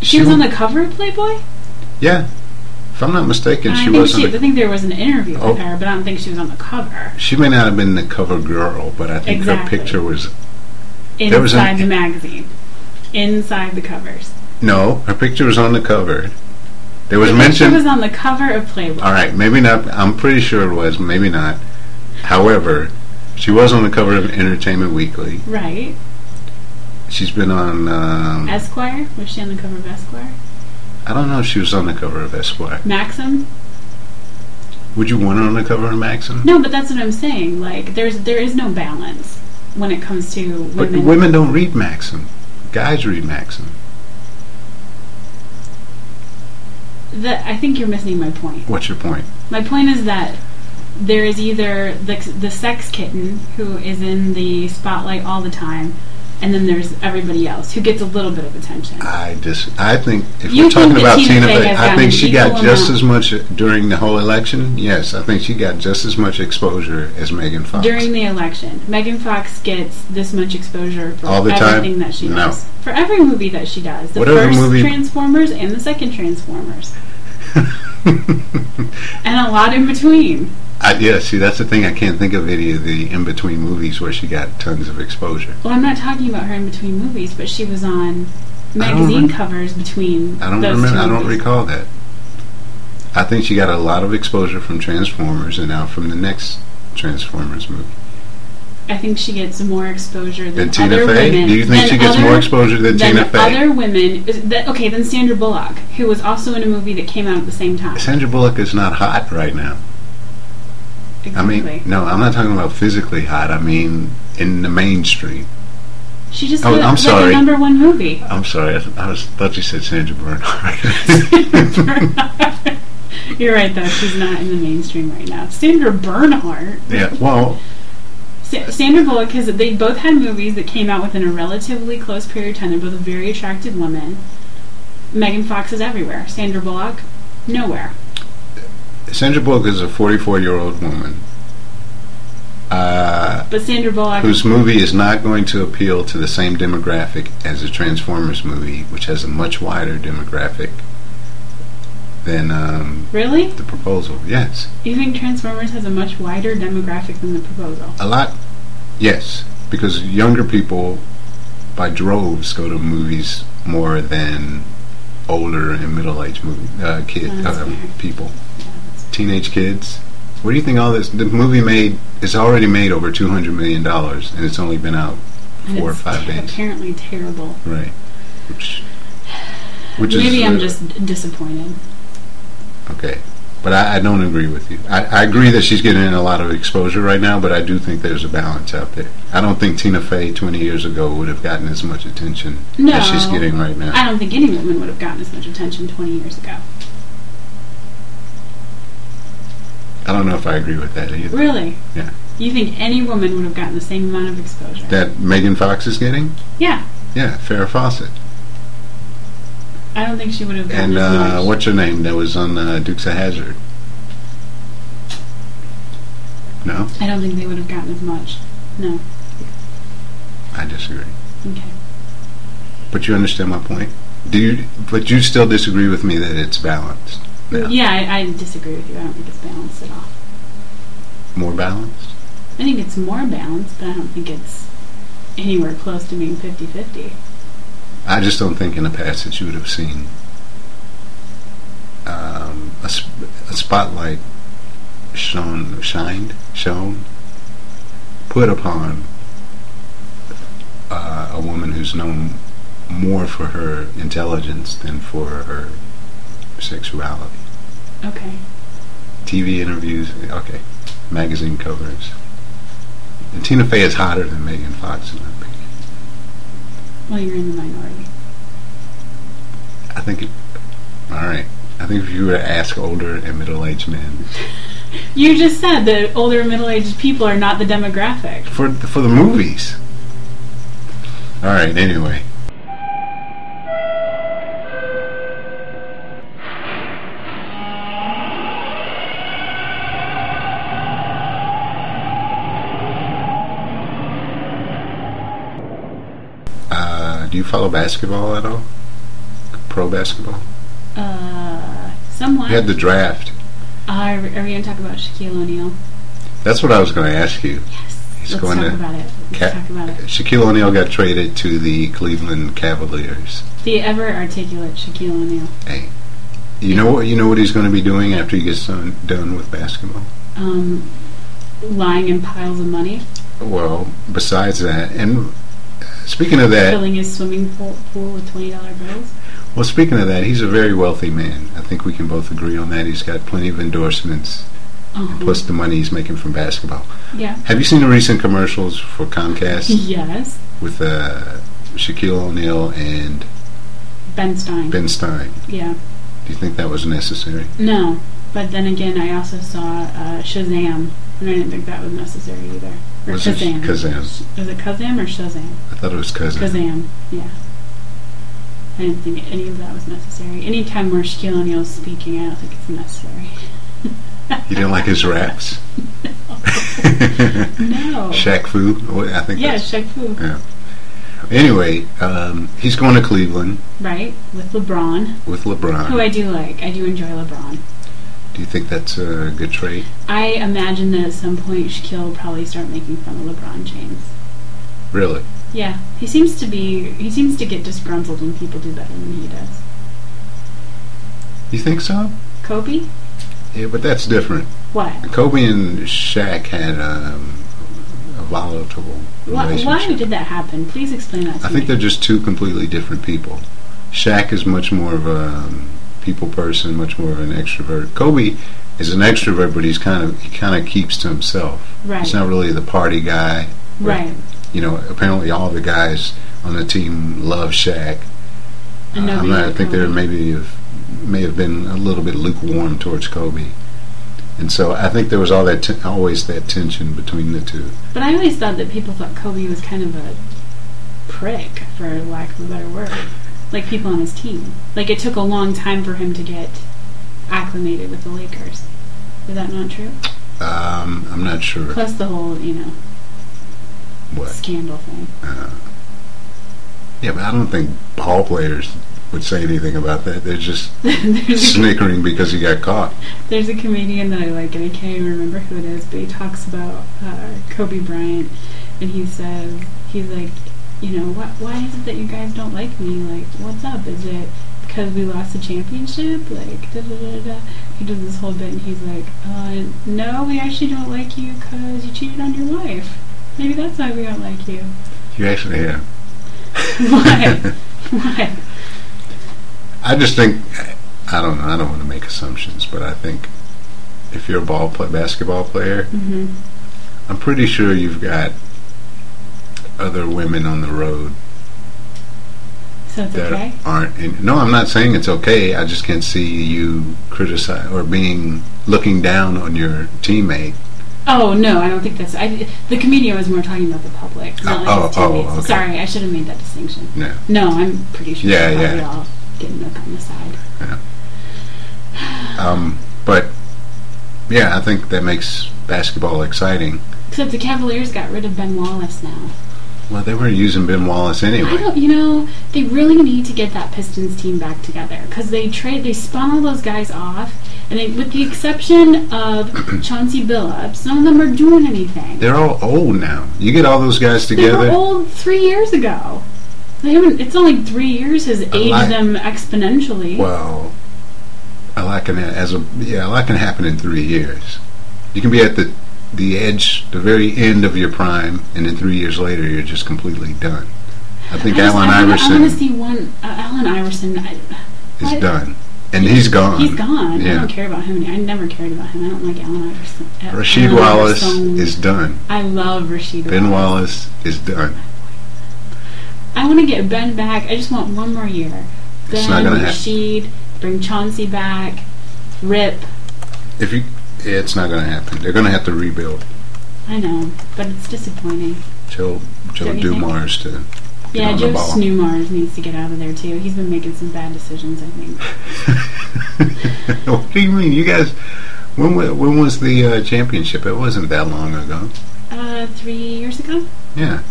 S2: she was on the cover of Playboy.
S3: yeah If I'm not mistaken,
S2: I
S3: she
S2: think
S3: wasn't.
S2: she, I
S3: a-
S2: think there was an interview
S3: Oh.
S2: with her, but I don't think she was on the cover.
S3: she may not have been the cover girl, but I think her
S2: Exactly.
S3: picture was There was an-
S2: Inside the magazine, inside the covers.
S3: no. Her picture was on the cover. There was
S2: Her picture
S3: mention.
S2: was on the cover of Playboy.
S3: All right, maybe not. I'm pretty sure it was. Maybe not. However, she was on the cover of Entertainment Weekly.
S2: Right,
S3: She's been on. Um,
S2: Esquire. Was she on the cover of Esquire?
S3: I don't know if she was on the cover of Esquire.
S2: Maxim.
S3: Would you want her on the cover of Maxim?
S2: No, but that's what I'm saying. Like, there's there is no balance when it comes to
S3: But
S2: women.
S3: women don't read Maxim. Guys read Maxim.
S2: The- I think you're missing my point.
S3: What's your point?
S2: My point is that there is either the, the sex kitten who is in the spotlight all the time, and then there's everybody else who gets a little bit of attention.
S3: I dis- I think if
S2: You
S3: we're
S2: think
S3: talking
S2: that
S3: about
S2: Tina
S3: Tina
S2: Fey
S3: Fey,
S2: has
S3: I
S2: gotten
S3: think she got
S2: equal
S3: just
S2: amount?
S3: as much uh, during the whole election. Yes, I think she got just as much exposure as Megan Fox.
S2: During the election, Megan Fox gets this much exposure for
S3: All the time?
S2: everything that she
S3: No.
S2: does. For every movie that she does, the
S3: What other
S2: first
S3: movie-
S2: Transformers and the second Transformers, and a lot in between.
S3: I, yeah, see, that's the thing. I can't think of any of the in between movies where she got tons of exposure.
S2: Well, I'm not talking about her in between movies, but she was on magazine
S3: rem-
S2: covers between.
S3: I don't
S2: those
S3: remember.
S2: Two
S3: I don't
S2: movies.
S3: recall that. I think she got a lot of exposure from Transformers and now from the next Transformers movie.
S2: I think she gets more exposure than,
S3: Than Tina
S2: other
S3: Fey?
S2: women.
S3: Do you think
S2: than
S3: she gets
S2: other-
S3: more exposure than Tina Fey?
S2: other women. is that- okay, then Sandra Bullock, who was also in a movie that came out at the same time.
S3: Sandra Bullock is not hot right now.
S2: Exactly.
S3: I mean, no, I'm not talking about physically hot. I mean, in the mainstream.
S2: she just
S3: oh,
S2: had,
S3: I'm
S2: like
S3: sorry.
S2: a number one movie.
S3: I'm sorry. I, I was thought you said Sandra Bernhard.
S2: You're right, though. She's not in the mainstream right now. Sandra Bernhardt.
S3: yeah. Well,
S2: Sa- Sandra Bullock, because they both had movies that came out within a relatively close period of time. They're both very attractive women. Megan Fox is everywhere. Sandra Bullock, nowhere.
S3: Sandra Bullock is a 44 year old woman. Uh,
S2: But Sandra Bullock
S3: whose movie is not going to appeal to the same demographic as a Transformers movie, which has a much wider demographic than um,
S2: Really?
S3: the proposal. Yes,
S2: You think Transformers has a much wider demographic than the proposal?
S3: a lot. Yes, because younger people by droves go to movies more than older and middle-aged movie uh, kid
S2: That's
S3: uh,
S2: fair.
S3: people,
S2: Yeah, that's-
S3: teenage kids. What do you think all this? The movie made it's already made over two hundred million dollars, and it's only been out
S2: and
S3: four or
S2: it's
S3: five
S2: te-
S3: days.
S2: Apparently terrible.
S3: Right. Which, which
S2: Maybe
S3: is,
S2: I'm
S3: uh,
S2: just disappointed.
S3: okay, but I, I don't agree with you. I, I agree that she's getting a lot of exposure right now, but I do think there's a balance out there. I don't think Tina Fey 20 years ago would have gotten as much attention
S2: No.
S3: as she's getting right now.
S2: I don't think any woman would have gotten as much attention 20 years ago.
S3: I don't know if I agree with that either.
S2: Really?
S3: Yeah.
S2: You think any woman would have gotten the same amount of exposure?
S3: That Megan Fox is getting,
S2: yeah.
S3: yeah, Farrah Fawcett,
S2: I don't think she would have gotten
S3: and
S2: as
S3: uh,
S2: much.
S3: what's her name that was on uh, Dukes of Hazard. No,
S2: I don't think they would have gotten as much. No.
S3: I disagree.
S2: Okay.
S3: But you understand my point. Do you? But you still disagree with me that it's balanced. now?
S2: Yeah, I, I disagree with you. I don't think it's balanced at all.
S3: More balanced.
S2: I think it's more balanced, but I don't think it's anywhere close to being 50 50.
S3: I just don't think in the past that you would have seen um, a, sp- a spotlight shone, shined, shown, put upon uh, a woman who's known more for her intelligence than for her sexuality.
S2: Okay.
S3: TV interviews, okay, magazine covers. And Tina Fey is hotter than Megan Fox, in my opinion.
S2: Well, you're in the minority.
S3: I think, it, all right. I think if you were to ask older and middle-aged men
S2: You just said that older middle-aged people are not the demographic.
S3: for for the movies. All right. Anyway, uh, do you follow basketball at all? Pro basketball?
S2: Uh, Somewhat.
S3: You had the draft.
S2: Uh, are we going to talk about Shaquille O'Neal?
S3: That's what I was going to ask you.
S2: Yes.
S3: He's
S2: Let's
S3: going
S2: talk
S3: to-
S2: about it. Let's
S3: Cat-
S2: talk about it.
S3: Shaquille O'Neal got traded to the Cleveland Cavaliers.
S2: The ever articulate Shaquille O'Neal.
S3: You know what? You know what he's going to be doing after he gets done, done with basketball.
S2: Um, lying in piles of money,
S3: Well, besides that, and speaking of that,
S2: filling his swimming pool, pool with twenty dollar bills.
S3: well, speaking of that, he's a very wealthy man. I think we can both agree on that. He's got plenty of endorsements,
S2: Uh-huh.
S3: plus the money he's making from basketball.
S2: Um, yeah.
S3: Have you seen the recent commercials for Comcast
S2: Mm-hmm. Yes.
S3: with uh, Shaquille O'Neal and
S2: Ben Stein.
S3: Ben Stein?
S2: yeah.
S3: Do you think that was necessary?
S2: No. But then again, I also saw uh, Shazam, and I didn't think that was necessary either. Or
S3: Was it
S2: Kazam.
S3: Kazam?
S2: Is it Kazam or Shazam?
S3: I thought it was cousin.
S2: Kazam. Yeah. I didn't think any of that was necessary. Anytime where Shaquille O'Neal's speaking, I don't think it's necessary.
S3: You didn't like his raps?
S2: No.
S3: Shaq Fu. What- I think.
S2: yeah,
S3: that's-
S2: Shaq Fu.
S3: Anyway, um, he's going to Cleveland
S2: Right, with LeBron,
S3: with LeBron.
S2: who I do like. I do enjoy LeBron.
S3: Do you think that's a good trade?
S2: I imagine that at some point Shaquille will probably start making fun of LeBron James.
S3: Really?
S2: Yeah, he seems to be. He seems to get disgruntled when people do better than he does.
S3: You think so?
S2: Kobe,
S3: Yeah, but that's different.
S2: what?
S3: Kobe and Shaq had um, a volatile
S2: Why,
S3: relationship.
S2: why did that happen? Please explain that to
S3: I think
S2: me.
S3: they're just two completely different people. Shaq is much more of a um, people person, much more of an extrovert. Kobe is an extrovert, but he's kind of he kind of keeps to himself.
S2: right,
S3: He's not really the party guy.
S2: right.
S3: You know, apparently all the guys on the team love Shaq.
S2: And
S3: Uh,
S2: nobody
S3: I'm not, I
S2: liked
S3: think there
S2: Kobe.
S3: maybe have, may have been a little bit lukewarm towards Kobe, and so I think there was all that t- always that tension between the two.
S2: But I always thought that people thought Kobe was kind of a prick, for lack of a better word. Like people on his team. Like it took a long time for him to get acclimated with the Lakers. Is that not true?
S3: Um, I'm not sure
S2: Plus the whole, you know,
S3: what.
S2: scandal thing.
S3: Uh, yeah, but I don't think ball players would say anything about that. They're just
S2: there's, a,
S3: snickering because he got caught.
S2: there's a comedian that I like, and I can't even remember who it is, but he talks about uh, Kobe Bryant, and he says, he's like, you know, what, why is it that you guys don't like me? Like, what's up? Is it because we lost the championship? Like, da da da da. He does this whole bit, and he's like, uh, no, we actually don't like you because you cheated on your wife. Maybe that's why we don't like you.
S3: You actually have.
S2: why? why?
S3: I just think I don't know. I don't want to make assumptions, but I think if you're a ball play, basketball player,
S2: hmm
S3: I'm pretty sure you've got other women on the road
S2: So it's
S3: that
S2: okay?
S3: aren't. In, no, I'm not saying it's okay. I just can't see you criticize or being looking down on your teammate.
S2: Oh no, I don't think that's. I, the comedian was more talking about the public. Not
S3: Oh,
S2: like his
S3: oh, oh,
S2: teammates.
S3: okay.
S2: Sorry, I should have made that distinction.
S3: No.
S2: No, I'm pretty sure.
S3: Yeah,
S2: we're
S3: yeah.
S2: all getting up on the side. Uh-huh.
S3: Um, but yeah, I think that makes basketball exciting.
S2: Except the Cavaliers got rid of Ben Wallace now.
S3: Well, they were using Ben Wallace
S2: I
S3: anyway.
S2: don't. You know, they really need to get that Pistons team back together because they trade. They spun all those guys off, and they, with the exception of Chauncey Billups, none of them are doing anything.
S3: They're all old now. You get all those guys
S2: They were
S3: together.
S2: old three years ago. They haven't. It's only three years has
S3: lot.
S2: aged them exponentially.
S3: Well, I like can as a yeah, a lot can happen in three years. You can be at the the edge, the very end of your prime, and then three years later, you're just completely done. I think
S2: just-
S3: Allen
S2: I wanna- I
S3: Iverson
S2: want to see one. Uh, Alan Iverson. I,
S3: is
S2: I-
S3: done, and he's gone.
S2: he's gone. I
S3: Yeah.
S2: don't care about him. I never cared about him. I don't like Alan Iverson. Uh,
S3: Rasheed
S2: Allen
S3: Wallace
S2: Iverson.
S3: is done.
S2: I love Rasheed.
S3: Ben Wallace is done.
S2: I want to get Ben back. I just want one more year. Ben,
S3: It's not gonna happen.
S2: Rasheed, bring Chauncey back. Rip.
S3: If you, yeah, it's not going to happen. They're going to have to rebuild.
S2: I know, but it's disappointing.
S3: Joe Joe
S2: Don't you think?
S3: Dumars to get
S2: yeah,
S3: on
S2: Joe
S3: the ball.
S2: Snumars needs to get out of there too. He's been making some bad decisions. I think.
S3: what do you mean, you guys? When wa- when was the uh, championship? It wasn't that long ago.
S2: Uh, three years ago.
S3: Yeah.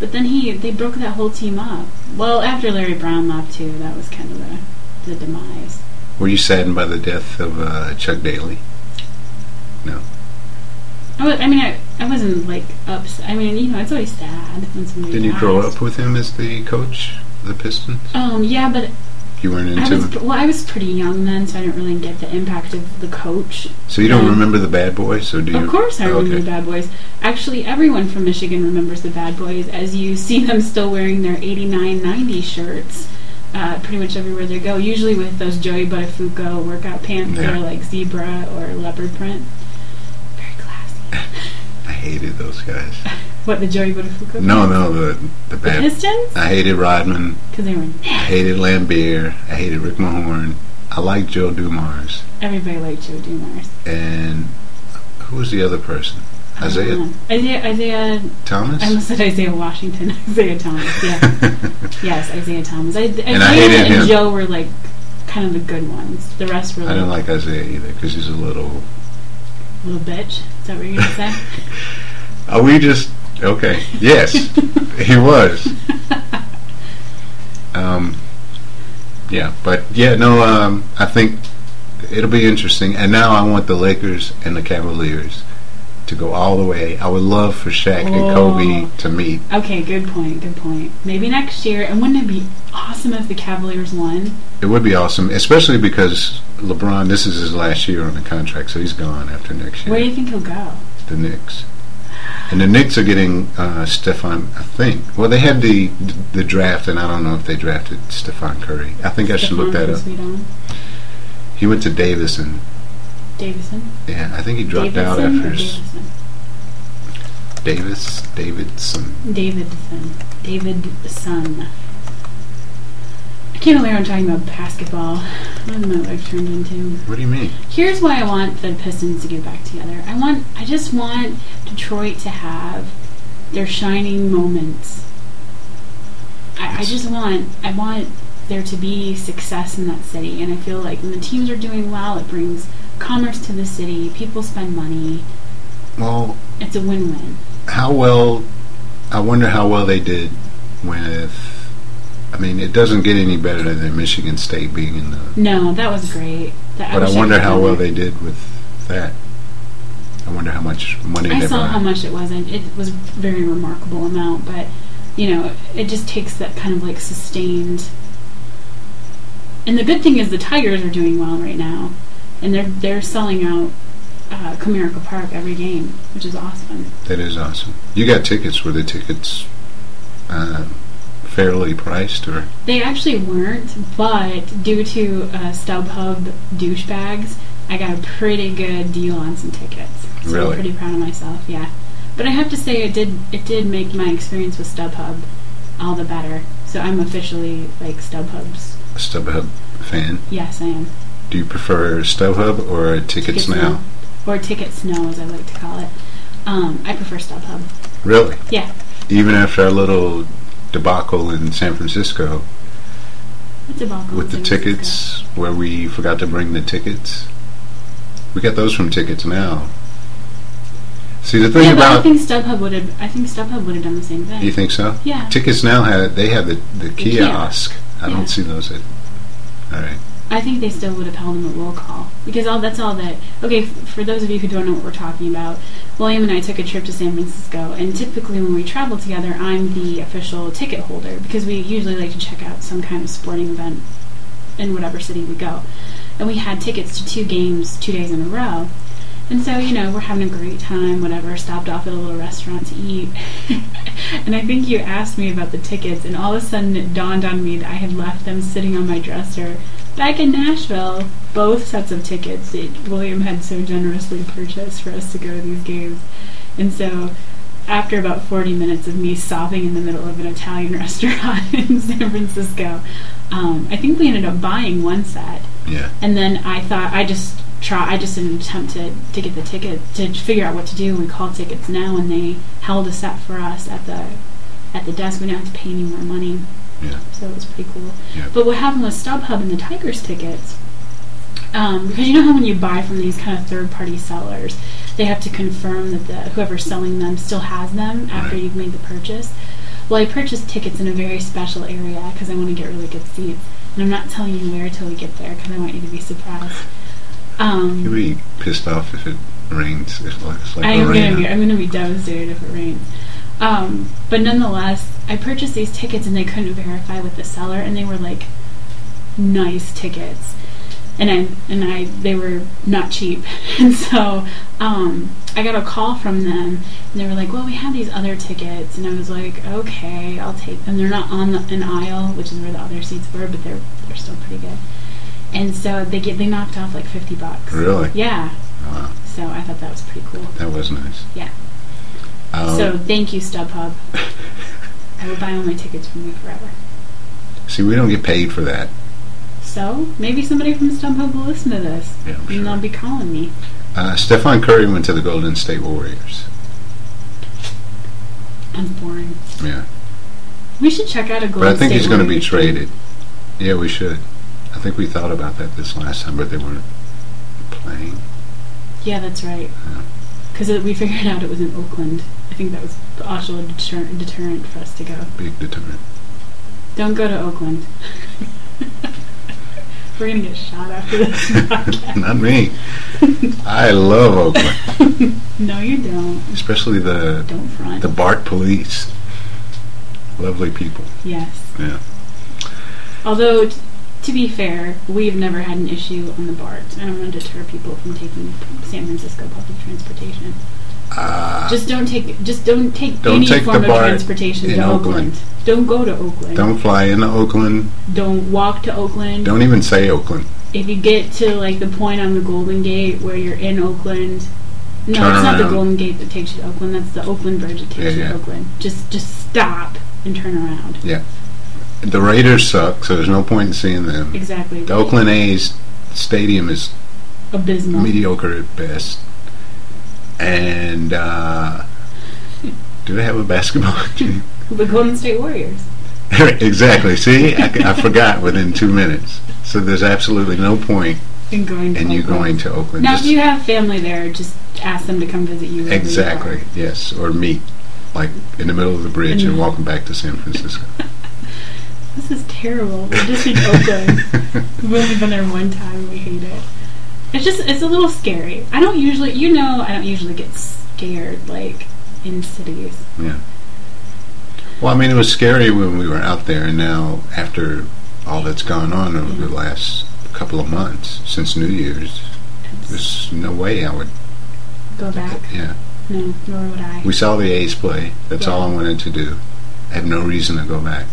S2: But then he they broke that whole team up. Well, after Larry Brown left too, that was kind of the the demise.
S3: Were you saddened by the death of uh, Chuck Daly?
S2: I, wa- I mean, I, I wasn't like upset. I mean, you know, it's always sad when somebody.
S3: Didn't you
S2: dies.
S3: grow up with him as the coach of the Pistons?
S2: Um, yeah, but
S3: You weren't
S2: I
S3: into
S2: was
S3: him,
S2: well. I was pretty young then, so I didn't really get the impact of the coach.
S3: so you don't
S2: um,
S3: remember the Bad Boys, or do you?
S2: Of course, I
S3: Oh,
S2: remember
S3: okay.
S2: the Bad Boys. Actually, everyone from Michigan remembers the Bad Boys, as you see them still wearing their 89 90 shirts uh, pretty much everywhere they go, usually with those Joey Buttafuoco workout pants that
S3: Yeah.
S2: are like zebra or leopard print. Very classy.
S3: I hated those guys.
S2: What, the Joey Buttafuoco?
S3: No, no, the the
S2: The
S3: Bad.
S2: Pistons?
S3: I hated Rodman.
S2: Because they were.
S3: I hated Lambert. I hated Rick Mahorn. I liked Joe Dumars,
S2: Everybody liked Joe Dumars.
S3: and who was the other person? Isaiah
S2: Um, Isaiah, Isaiah,
S3: Thomas.
S2: I almost said Isaiah Washington. Isaiah Thomas, yeah. Yes, Isaiah Thomas. I,
S3: And I
S2: Isaiah
S3: hated
S2: and
S3: him.
S2: Joe were like kind of the good ones. The rest were
S3: I
S2: like
S3: didn't like Isaiah either because he's a little.
S2: little bitch. Is that what you're gonna say?
S3: Are we just okay? Yes, he was. Um, yeah, but yeah, no. Um, I think it'll be interesting. And now I want the Lakers and the Cavaliers to go all the way. I would love for Shaq and
S2: Oh.
S3: Kobe to meet.
S2: okay, good point. Good point. Maybe next year. And wouldn't it be awesome if the Cavaliers won?
S3: It would be awesome, especially because LeBron. This is his last year on the contract, so he's gone after next year.
S2: Where do you think he'll go?
S3: the Knicks. And the Knicks are getting uh, Stefan, I think. Well, they had the the draft, and I don't know if they drafted Stefan Curry. I think I should look that up.
S2: Sweet on
S3: He went to Davis, and
S2: Davison.
S3: yeah, I think he dropped
S2: Davidson
S3: out
S2: or
S3: after his
S2: Davison.
S3: Davis, Davidson.
S2: Davidson. Davidson. I can't believe I'm talking about basketball. What has my life turned into?
S3: What do you mean?
S2: Here's why I want the Pistons to get back together. I want I just want Detroit to have their shining moments. I, I just want I want there to be success in that city and I feel like when the teams are doing well it brings commerce to the city, people spend money.
S3: Well,
S2: It's a win win.
S3: how well? I wonder how well they did with. I mean, it doesn't get any better than Michigan State being in the.
S2: No, that was great. That,
S3: But I
S2: wish
S3: wonder
S2: could
S3: how
S2: go
S3: well
S2: there.
S3: they did with that. I wonder how much money
S2: I
S3: they
S2: saw
S3: brought.
S2: how much it was and it was a very remarkable amount, but you know, it just takes that kind of like sustained And the good thing is the Tigers are doing well right now, and they're they're selling out uh, Comerica Park every game, which is awesome.
S3: That is awesome. You got tickets. Were the tickets uh, fairly priced, or
S2: They actually weren't, but due to uh, StubHub douchebags, I got a pretty good deal on some tickets. So
S3: Really?
S2: I'm pretty proud of myself. Yeah, but I have to say it did it did make my experience with StubHub all the better. So I'm officially like StubHub's.
S3: a StubHub fan?
S2: Yes, I am.
S3: Do you prefer StubHub or Tickets,
S2: Tickets
S3: Now?
S2: or Tickets Now, as I like to call it. Um, I prefer StubHub.
S3: Really?
S2: Yeah.
S3: Even after our little debacle in San Francisco
S2: It's a balcony
S3: with the
S2: service, so-
S3: tickets, where we forgot to bring the tickets, we got those from Tickets Now. See the thing
S2: Yeah, but I
S3: about
S2: think StubHub would have. I think StubHub would have done the same thing.
S3: you think so?
S2: yeah,
S3: Tickets Now had they had the the
S2: kiosk.
S3: kiosk. I
S2: Yeah.
S3: don't see those at. All right.
S2: I think they still would have held him at roll call because all that's all that. Okay, f- for those of you who don't know what we're talking about, William and I took a trip to San Francisco, and typically when we travel together, I'm the official ticket holder because we usually like to check out some kind of sporting event in whatever city we go. And we had tickets to two games two days in a row. And so, you know, we're having a great time, whatever. Stopped off at a little restaurant to eat. and I think you asked me about the tickets, and all of a sudden it dawned on me that I had left them sitting on my dresser back in Nashville. Both sets of tickets that William had so generously purchased for us to go to these games. And so, after about 40 minutes of me sobbing in the middle of an Italian restaurant in San Francisco, um, I think we ended up buying one set.
S3: Yeah.
S2: And then I thought I just try. I just did an attempt to, to get the ticket to figure out what to do. We called tickets now, and they held a set for us at the at the desk. We didn't have to pay any more money.
S3: Yeah.
S2: So it was pretty cool.
S3: Yeah.
S2: But what happened with StubHub and the Tigers tickets? Um, because you know how when you buy from these kind of third party sellers, they have to confirm that the whoever's selling them still has them after
S3: Right.
S2: you've made the purchase. Well, I purchased tickets in a very special area because I want to get really good seats. And I'm not telling you where till we get there because I want you to be surprised.
S3: You'll
S2: Um,
S3: be pissed off if it rains. It looks like
S2: I
S3: a
S2: am gonna be,
S3: rain.
S2: I'm gonna be devastated if it rains. Um, but nonetheless, I purchased these tickets and they couldn't verify with the seller, and they were like nice tickets, and I and I they were not cheap, and so um, I got a call from them, and they were like, "Well, we have these other tickets," and I was like, "Okay, I'll take them." They're not on the, an aisle, which is where the other seats were, but they're they're still pretty good. And so they get they knocked off like fifty bucks.
S3: Really?
S2: Yeah.
S3: Wow,
S2: So I thought that was pretty cool.
S3: that was nice.
S2: Yeah.
S3: Um,
S2: So thank you, StubHub. I will buy all my tickets from you forever.
S3: see, we don't get paid for that.
S2: So maybe somebody from StubHub will listen to this,
S3: Yeah, I'm
S2: and they'll
S3: sure.
S2: be calling me.
S3: Uh, Stefan Curry went to the Golden State Warriors.
S2: I'm boring.
S3: Yeah.
S2: We should check out a Golden
S3: But I think
S2: State
S3: he's going to be
S2: Warriors
S3: traded. Yeah, we should. I think we thought about that this last time, but they weren't playing.
S2: game. Yeah, that's right.
S3: Yeah.
S2: Because we figured out it was in Oakland. I think that was also a deterrent, deterrent for us to go.
S3: Big deterrent.
S2: Don't go to Oakland. We're gonna get shot after this podcast.
S3: Not me. I love Oakland,
S2: no, you don't.
S3: especially the
S2: Don't front.
S3: the Bart police. Lovely people.
S2: yes.
S3: Yeah.
S2: Although, t- to be fair, we've never had an issue on the BART. I don't want to deter people from taking San Francisco public transportation.
S3: Uh,
S2: Just don't take just don't take
S3: Don't
S2: any
S3: take
S2: form
S3: the
S2: of
S3: BART
S2: transportation
S3: in
S2: to Oakland.
S3: Oakland.
S2: Don't go to Oakland.
S3: don't fly into Oakland.
S2: Don't walk to Oakland.
S3: Don't even say Oakland.
S2: If you get to like the point on the Golden Gate where you're in Oakland. No,
S3: Turn
S2: it's not the
S3: around.
S2: Golden Gate that takes you to Oakland. That's the Oakland Bridge that takes
S3: Yeah,
S2: you
S3: yeah.
S2: to Oakland. Just just stop and turn around.
S3: The Raiders suck, so there's no point in seeing them.
S2: Exactly.
S3: The Oakland A's stadium is
S2: Abysmal.
S3: mediocre at best. And uh, do they have a basketball team?
S2: The Golden State Warriors.
S3: exactly. See, I, I forgot within two minutes. So there's absolutely no point
S2: And going to
S3: in you
S2: Oakland.
S3: going to Oakland.
S2: Now, if
S3: Just-
S2: you have family there, just ask them to come visit you. wherever you
S3: exactly. Yes, or meet like in the middle of the bridge and
S2: And-
S3: walking back to San Francisco.
S2: are. This is terrible. We're just in Oakland. We've only been there one time. We hate it. It's just, it's a little scary. I don't usually, you know, I don't usually get scared, like, in cities.
S3: Well, I mean, it was scary when we were out there, and now after all that's gone on over the last couple of months since New Year's, there's no way I would.
S2: Go back?
S3: Yeah.
S2: No, nor would I.
S3: We saw the A's play. That's all I wanted to do. I have no reason to go back.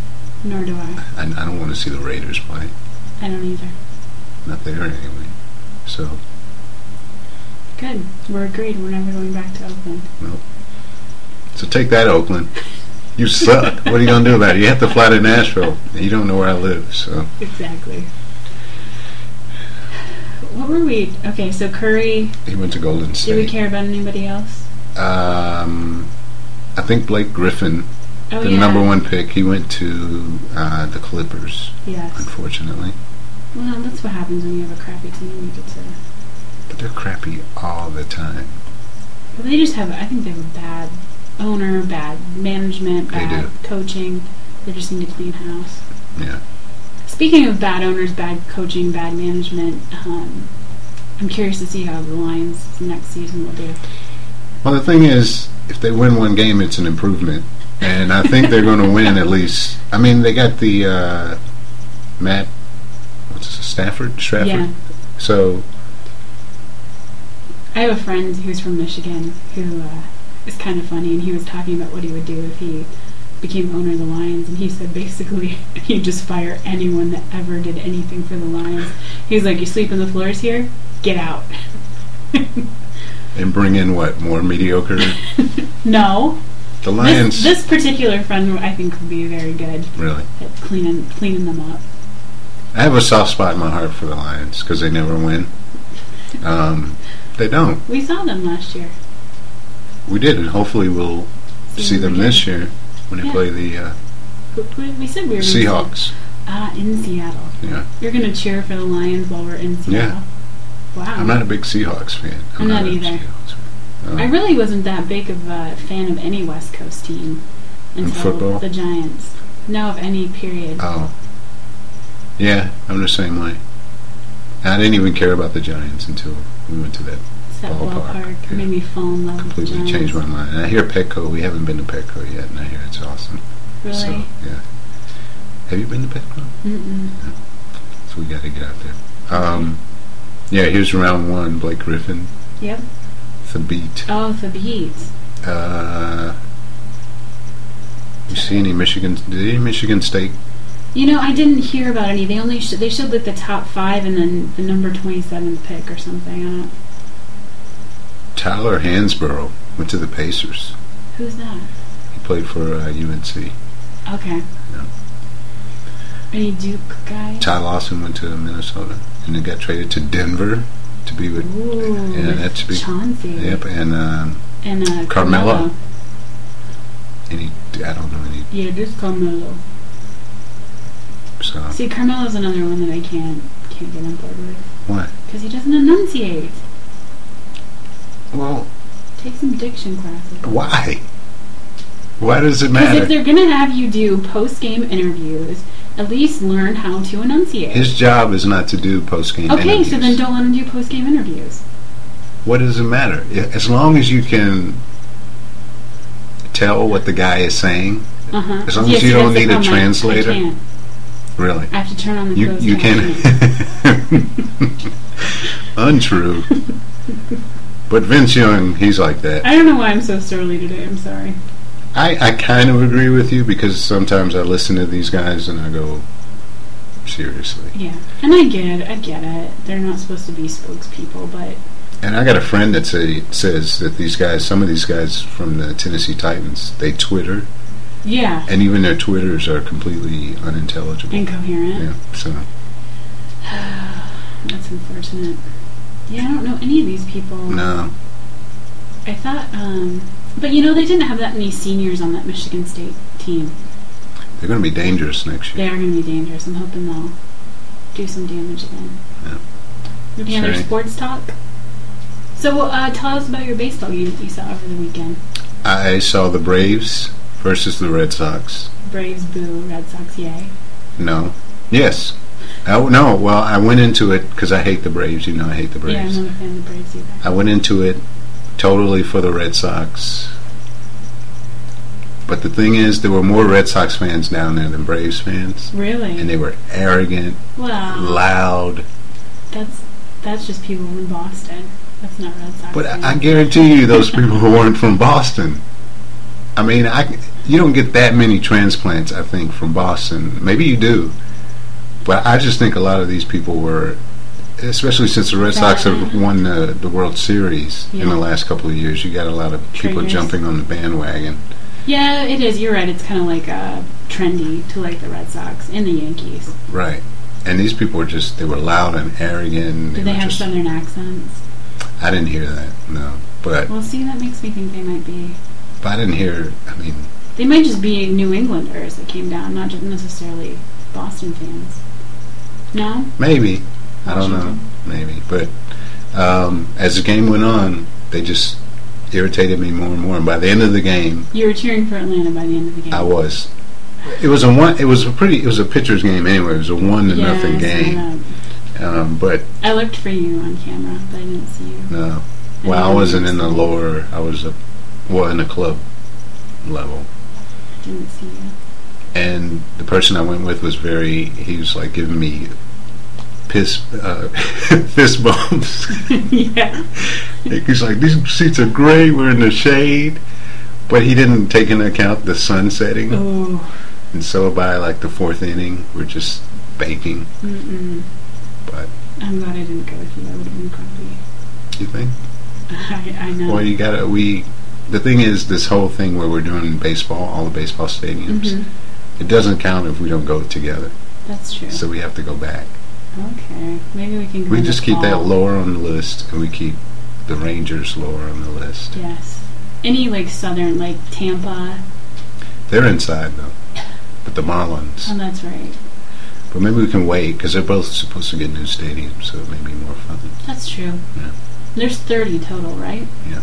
S2: Nor do I.
S3: I, I don't want to see the Raiders play.
S2: I don't either.
S3: Not there anyway. So,
S2: Good. We're agreed. We're never going back to Oakland.
S3: so take that, Oakland. You suck. what are you gonna do about it? You have to fly to Nashville. And you don't know where I live. So,
S2: Exactly. What were we? Okay, so Curry.
S3: he went to Golden
S2: Do we
S3: State.
S2: care about anybody else?
S3: Um, I think Blake Griffin,
S2: Oh,
S3: the
S2: yeah.
S3: number one pick, he went to uh, the Clippers.
S2: Yes.
S3: Unfortunately,
S2: Well, that's what happens when you have a crappy team. You get to.
S3: but they're crappy all the time.
S2: Well, they just have. I think they have a bad owner, bad management,
S3: They
S2: bad coaching. They just need to clean house.
S3: Yeah.
S2: Speaking of bad owners, bad coaching, bad management, um, I'm curious to see how the Lions next season will do.
S3: Well, the thing is, if they win one game, it's an improvement, and I think they're going to win at least. I mean, they got the uh, Matt, what's his, Stafford, Stratford.
S2: Yeah.
S3: So
S2: I have a friend who's from Michigan who uh, is kind of funny, and he was talking about what he would do if he became owner of the Lions, and he said basically he would just fire anyone that ever did anything for the Lions. He's like, "You sleep on the floors here, get out."
S3: and bring in what more mediocre.
S2: no,
S3: The
S2: this,
S3: Lions,
S2: this particular friend I think would be very good
S3: really.
S2: at cleaning cleaning them up.
S3: I have a soft spot in my heart for the Lions because they never win. Um, they don't.
S2: We saw them last year.
S3: We did, and hopefully we'll see them
S2: again.
S3: this year when they
S2: Yeah.
S3: play the uh,
S2: Who- who- We said we were gonna see-
S3: Seahawks.
S2: Ah, in Seattle.
S3: Yeah.
S2: You're gonna cheer for the Lions while we're in Seattle.
S3: Yeah.
S2: Wow.
S3: I'm not a big Seahawks fan.
S2: I'm not
S3: a
S2: either.
S3: Seahawks fan. Um,
S2: I really wasn't that big of a fan of any West Coast team until
S3: football?
S2: the Giants. No, of any period.
S3: Oh. Yeah, I'm the same way. I didn't even care about the Giants until we went to that.
S2: It's that
S3: Ballpark,
S2: ballpark
S3: yeah.
S2: made me fall in love with the
S3: Completely changed my
S2: Giants.
S3: mind. And I hear Petco. We haven't been to Petco yet, and I hear it's awesome.
S2: Really?
S3: So yeah. Have you been to Petco?
S2: Mm-mm.
S3: So we got to get out there. Um, yeah, here's round one. Blake Griffin.
S2: Yep.
S3: The beat.
S2: Oh, the beats.
S3: Uh, you see any Michigan? Did any Michigan State?
S2: You know, I didn't hear about any. They only sh- they showed like the top five and then the number twenty seventh pick or something. I don't.
S3: Tyler Hansborough went to the Pacers.
S2: Who's that?
S3: He played for uh, UNC.
S2: Okay.
S3: Yeah.
S2: Any Duke guy?
S3: Ty Lawson went to Minnesota and then got traded to Denver to be with.
S2: Ooh,
S3: Yeah,
S2: with
S3: that's big.
S2: Chauncey
S3: Yep, and um,
S2: and uh,
S3: Carmelo.
S2: Carmelo.
S3: any I don't know any.
S2: Yeah, just Carmelo.
S3: So
S2: See, Carmelo's another one that I can't can't get on board with
S3: what?
S2: because he doesn't enunciate.
S3: Well,
S2: Take some diction classes.
S3: why? Why does it
S2: Because if
S3: matter?
S2: they're gonna have you do post game interviews, at least learn how to enunciate.
S3: His job is not to do post game.
S2: okay, so then don't let him do post game interviews.
S3: What does it matter? I- As long as you can tell what the guy is saying,
S2: Uh-huh.
S3: As long as
S2: Yes,
S3: you
S2: he
S3: don't
S2: has
S3: need
S2: to
S3: a
S2: come, I-
S3: translator.
S2: I, can't.
S3: really,
S2: I have to turn on the
S3: you
S2: closed
S3: you can.
S2: captioning.
S3: Untrue. But Vince Young, he's like that.
S2: I don't know why I'm so surly today. I'm sorry.
S3: I, I kind of agree with you because sometimes I listen to these guys and I go, seriously.
S2: Yeah, and I get, it, I get it. They're not supposed to be spokespeople, but
S3: And I got a friend that say, says that these guys, some of these guys from the Tennessee Titans, they Twitter,
S2: yeah,
S3: and even their Twitters are completely unintelligible.
S2: incoherent.
S3: Yeah, so
S2: That's unfortunate. Yeah, I don't know any of these people.
S3: no,
S2: I thought, um, but you know, they didn't have that many seniors on that Michigan State team.
S3: they're going to be dangerous next
S2: They
S3: year.
S2: are going to be dangerous. I'm hoping they'll do some damage again.
S3: Yeah.
S2: Any other
S3: Sorry.
S2: sports talk? So uh, tell us about your baseball game that you saw over the weekend.
S3: I saw the Braves versus the Red Sox.
S2: Braves, boo. Red Sox, yay.
S3: No, yes, oh no. Well, I went into it because I hate the Braves. You know, I hate the Braves.
S2: Yeah, I'm not a fan of the Braves either.
S3: I went into it totally for the Red Sox. But the thing is, there were more Red Sox fans down there than Braves fans.
S2: Really?
S3: And they were arrogant,
S2: wow.
S3: loud.
S2: That's that's just people in Boston. That's not Red Sox.
S3: But I, I
S2: fans.
S3: guarantee you, those people who weren't from Boston. I mean, I, you don't get that many transplants, I think, from Boston. Maybe you do. But I just think a lot of these people were, especially since the Red Sox have won the, the World Series in
S2: Yeah.
S3: the last couple of years, you got a lot of people
S2: Traitors.
S3: jumping on the bandwagon.
S2: yeah, it is. You're right. It's kind of like uh, trendy to like the Red Sox and the Yankees.
S3: Right. And these people were just, they were loud and arrogant.
S2: Do they
S3: were
S2: have
S3: just-
S2: Southern accents?
S3: I didn't hear that, no. But,
S2: Well, see, that makes me think they might be.
S3: but I didn't hear, I mean,
S2: They might just be New Englanders that came down, not just necessarily Boston fans. No,
S3: maybe. I don't know.
S2: Washington?
S3: Maybe. But um, as the game went on, they just irritated me more and more. And by the end of the game,
S2: You were cheering for Atlanta by the end of the game.
S3: I was. It was a one. It was a pretty. It was a pitcher's game anyway. It was a one to
S2: Yeah,
S3: nothing
S2: I saw
S3: game.
S2: that.
S3: Um, but
S2: I looked for you on camera, but I didn't see you.
S3: no, well, I wasn't in the lower. I was a, well in the club level.
S2: Didn't see you.
S3: and the person I went with was very. He was like giving me piss uh, fist bumps.
S2: yeah.
S3: He's like, "These seats are great. We're in the shade." But he didn't take into account the sun setting,
S2: Oh.
S3: and so by like the fourth inning, we're just banking.
S2: Mm-mm.
S3: But
S2: I'm glad I didn't go with you. I would have been grumpy.
S3: you think?
S2: I, I know.
S3: Well, you gotta. We. The thing is, this whole thing where we're doing baseball, all the baseball stadiums,
S2: Mhm.
S3: it doesn't count if we don't go together.
S2: That's true.
S3: So we have to go back.
S2: okay. Maybe we can. Go
S3: We
S2: in the
S3: just keep that
S2: fall.
S3: lower on the list, and we keep the Rangers lower on the list.
S2: Yes. Any like southern, like Tampa.
S3: They're inside though, but the
S2: Oh,
S3: Marlins.
S2: that's right.
S3: But maybe we can wait because they're both supposed to get new stadiums, so it may be more fun.
S2: That's true.
S3: Yeah.
S2: There's 30 total, right?
S3: Yeah.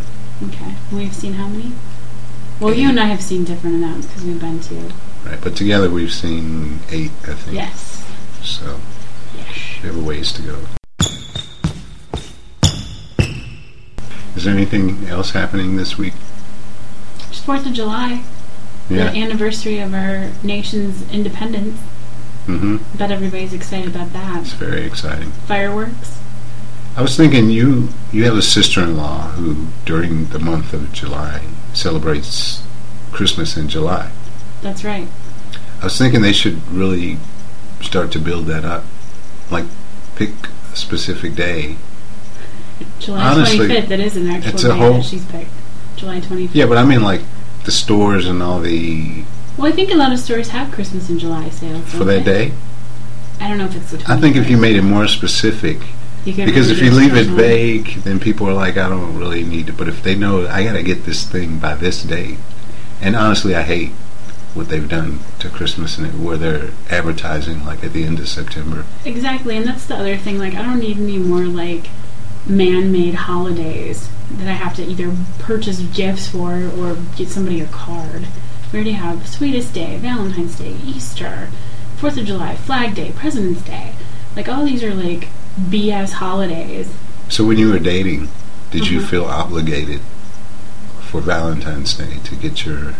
S2: Okay. We've seen how many? Well, you
S3: Eight.
S2: and I have seen different amounts because we've been to.
S3: Right, but together we've seen eight, I think.
S2: Yes.
S3: So we have a ways to go. Is there anything else happening this week?
S2: It's Fourth of July, the
S3: Yeah.
S2: anniversary of our nation's independence.
S3: Mm-hmm.
S2: Bet everybody's excited about
S3: It's
S2: that.
S3: very exciting.
S2: Fireworks.
S3: I was thinking you you have a sister-in-law who during the month of July celebrates Christmas in July.
S2: That's right.
S3: I was thinking they should really start to build that up. Like pick a specific day.
S2: July
S3: Honestly,
S2: 25th. That is an actual
S3: it's
S2: date
S3: a whole-
S2: that she's picked. July 25th.
S3: Yeah, but I mean like the stores and all the
S2: Well, I think a lot of stores have Christmas in July sales.
S3: for
S2: don't
S3: that
S2: they?
S3: day.
S2: I don't know if it's the 25th.
S3: I think if you made it more specific
S2: You could
S3: because if
S2: really
S3: you leave it
S2: special-
S3: vague, then people are like, I don't really need to. But if they know I got to get this thing by this date, and honestly, I hate what they've done to Christmas and it, where they're advertising like at the end of September.
S2: Exactly, and that's the other thing. Like, I don't need any more, like, man made holidays that I have to either purchase gifts for or get somebody a card. We already have Sweetest Day, Valentine's Day, Easter, Fourth of July, Flag Day, President's Day. Like, all these are, like, BS holidays.
S3: So when you were dating, did you
S2: Mhm.
S3: feel obligated for Valentine's Day to get your?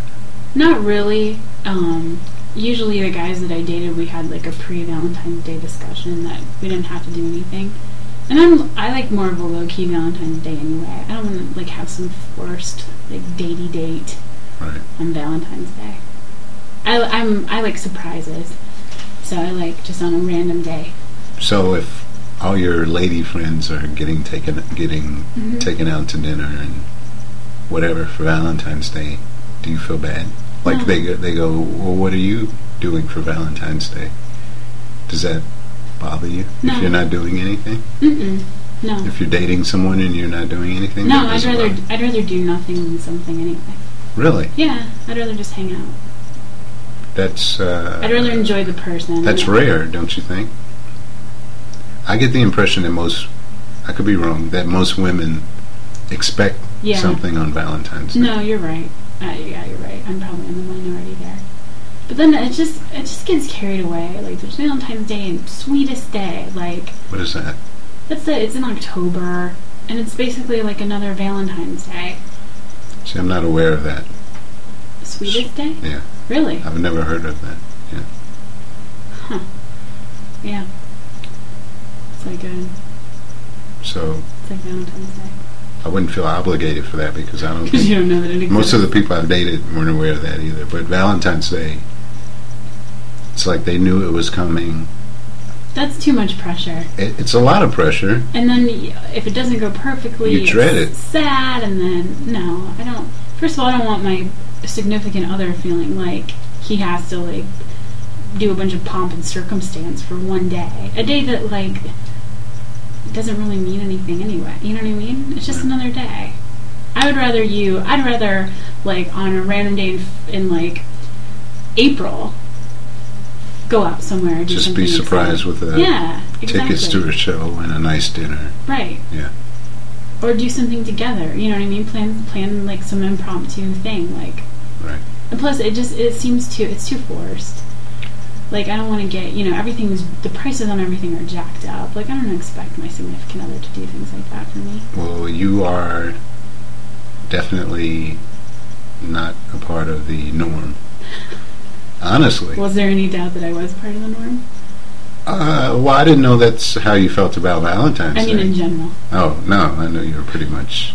S2: Not really. Um, usually, the guys that I dated, we had like a pre-Valentine's Day discussion that we didn't have to do anything. And I'm I like more of a low-key Valentine's Day anyway. I don't want to like have some forced like datey date
S3: Right.
S2: on Valentine's Day. I, I'm I like surprises, so I like just on a random day.
S3: So if all your lady friends are getting taken getting taken out to dinner and whatever for Valentine's Day, do you feel bad? Like
S2: No.
S3: they go, they go, well, what are you doing for Valentine's Day? Does that bother you
S2: No.
S3: if you're not doing anything?
S2: Mm-mm. No,
S3: If you're dating someone and you're not doing anything?
S2: no.
S3: that
S2: I'd
S3: doesn't
S2: rather
S3: bother-
S2: I'd rather do nothing than something anyway.
S3: Really?
S2: Yeah, I'd rather just hang out.
S3: That's. Uh,
S2: I'd rather enjoy the person.
S3: That's rare, don't you think? I get the impression that most, I could be wrong, that most women expect
S2: Yeah.
S3: something on Valentine's Day.
S2: No, you're right. Uh, yeah, you're right. I'm probably in the minority there. But then it just it just gets carried away. Like there's Valentine's Day and sweetest day. Like
S3: What is that?
S2: that's it. It's in October, and it's basically like another Valentine's Day.
S3: See, I'm not aware of that.
S2: Sweetest day?
S3: Yeah.
S2: Really?
S3: I've never heard of that.
S2: Yeah. It's like a
S3: So
S2: it's like Valentine's Day.
S3: I wouldn't feel obligated for that because I don't
S2: Because you don't
S3: think
S2: know that it exists.
S3: most of the people I've dated weren't aware of that either. But Valentine's Day, it's like they knew it was coming.
S2: that's too much pressure.
S3: It, it's a lot of pressure.
S2: And then y- if it doesn't go perfectly,
S3: You dread
S2: it's
S3: it.
S2: Sad, and then no, I don't. First of all, I don't want my significant other feeling like he has to like do a bunch of pomp and circumstance for one day, a day that like doesn't really mean anything anyway. You know what I mean? It's just another day. I would rather you. I'd rather like on a random day in, f- in like April, go out somewhere. and do
S3: Just be
S2: something
S3: surprised with the
S2: exciting. Yeah, exactly.
S3: tickets to a show and a nice dinner.
S2: Right.
S3: Yeah.
S2: Or do something together. You know what I mean? Plan plan like some impromptu thing. Like.
S3: Right.
S2: And plus, it just it seems too it's too forced. Like I don't want to get you know everything's the prices on everything are jacked up. Like I don't expect my significant other to do things like that for me.
S3: Well, you are definitely not a part of the norm. Honestly.
S2: Was there any doubt that I was part of the norm?
S3: Uh, well, I didn't know that's how you felt about Valentine's
S2: I mean,
S3: Day.
S2: in general.
S3: Oh no, I know you were pretty much.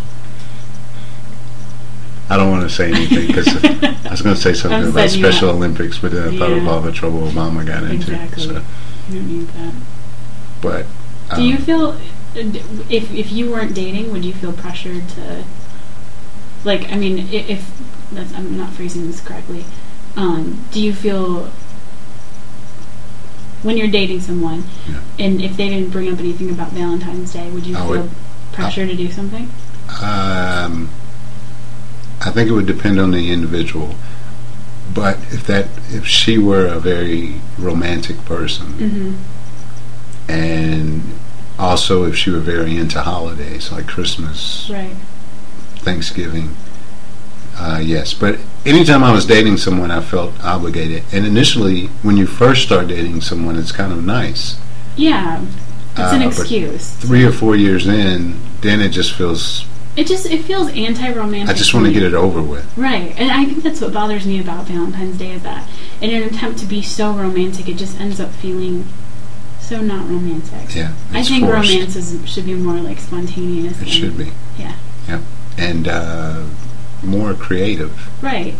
S3: I don't want to say anything because I was going to say something
S2: I'm
S3: about
S2: setting you
S3: Special
S2: up.
S3: Olympics, but then I thought of
S2: Yeah.
S3: all the trouble Obama got into.
S2: Exactly.
S3: So,
S2: You don't need that.
S3: but um,
S2: Do you feel if if you weren't dating, would you feel pressured to like? I mean, i- if that's, I'm not phrasing this correctly, um, do you feel when you're dating someone,
S3: Yeah.
S2: and if they didn't bring up anything about Valentine's Day, would you
S3: I
S2: feel
S3: would- uh,
S2: pressure to do something?
S3: Um, I think it would depend on the individual, but if that if she were a very romantic person,
S2: Mm-hmm.
S3: and also if she were very into holidays like Christmas,
S2: Right.
S3: Thanksgiving, Uh, yes, but anytime I was dating someone, I felt obligated. And initially, when you first start dating someone, it's kind of nice.
S2: Yeah, it's
S3: Uh,
S2: an
S3: but
S2: excuse.
S3: Three or four years in, then it just feels.
S2: It just it feels anti-romantic.
S3: I just want to
S2: me.
S3: get it over with.
S2: Right, and I think that's what bothers me about Valentine's Day is that in an attempt to be so romantic, it just ends up feeling so not romantic.
S3: Yeah,
S2: I
S3: it's
S2: think
S3: forced.
S2: romance is, should be more like spontaneous.
S3: It
S2: and-
S3: should be.
S2: Yeah.
S3: Yeah, and uh, more creative.
S2: Right,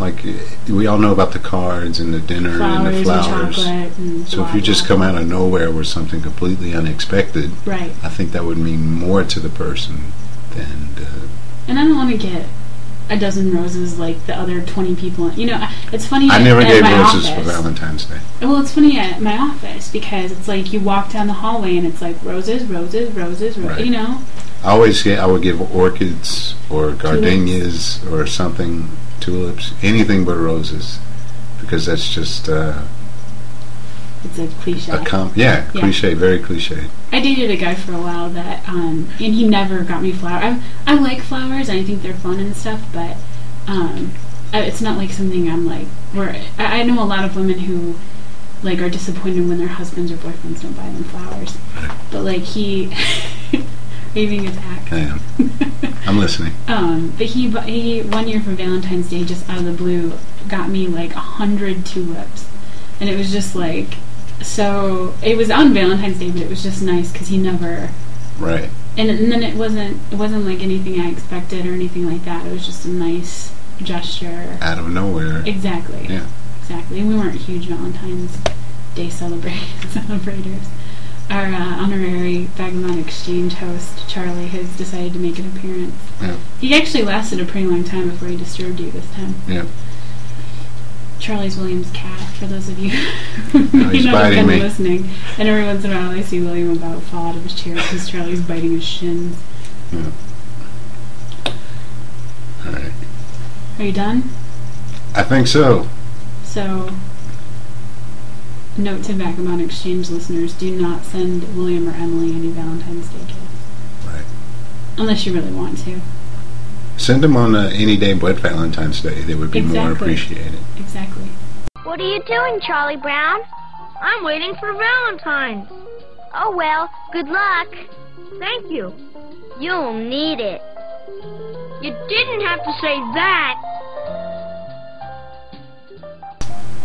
S3: Like eh, we all know about the cards and the dinner and
S2: flowers
S3: the
S2: and
S3: flowers.
S2: chocolate and.
S3: so
S2: blah,
S3: if you just
S2: blah.
S3: come out of nowhere with something completely unexpected,
S2: Right,
S3: I think that would mean more to the person than. Uh,
S2: and I don't want to get a dozen roses like the other twenty people. You know, I- it's funny.
S3: I
S2: at-
S3: never
S2: at
S3: gave
S2: my
S3: roses for
S2: office-
S3: Valentine's Day.
S2: Well, it's funny at my office because it's like you walk down the hallway and it's like roses, roses, roses, ro-
S3: Right.
S2: you know.
S3: I always get, I would give orchids or gardenias or something, tulips, anything but roses, because that's just uh,
S2: It's a cliche.
S3: a com. Yeah,
S2: Yeah.
S3: cliche, very cliche.
S2: I dated a guy for a while that, um, and he never got me flowers. I, I like flowers and I think they're fun and stuff, but um, I, it's not like something I'm like. Where I, I know a lot of women who like are disappointed when their husbands or boyfriends don't buy them flowers, but like he, waving his axe.
S3: I am. I'm listening.
S2: Um, but he, bu- he one year for Valentine's Day, just out of the blue, got me like a hundred tulips, and it was just like so. It was on Valentine's Day, but it was just nice because he never.
S3: Right.
S2: And, and then it wasn't it wasn't like anything I expected or anything like that. It was just a nice gesture.
S3: Out of nowhere.
S2: Exactly.
S3: Yeah.
S2: Exactly. And we weren't huge Valentine's Day celebra- celebrators. Our uh, honorary Vagabond Exchange host, Charlie, has decided to make an appearance.
S3: Yeah.
S2: He actually lasted a pretty long time before he disturbed you this time.
S3: Yeah.
S2: Charlie's Williams' cat, for those of you who may
S3: he's
S2: not have
S3: biting
S2: been
S3: me.
S2: listening. And every once in a while I see William about fall out of his chair because Charlie's biting his shins.
S3: yeah. All right.
S2: Are you done?
S3: I think so.
S2: So, note to Vagabond Exchange listeners do not send William or Emily any Valentine's Day gifts.
S3: Right.
S2: Unless you really want to.
S3: Send them on uh, any day but Valentine's Day. They would be more
S2: Exactly.
S3: appreciated.
S2: Exactly.
S5: What are you doing, Charlie Brown? I'm waiting for Valentine's. Oh, well, good luck. Thank you. You'll need it. You didn't have to say that.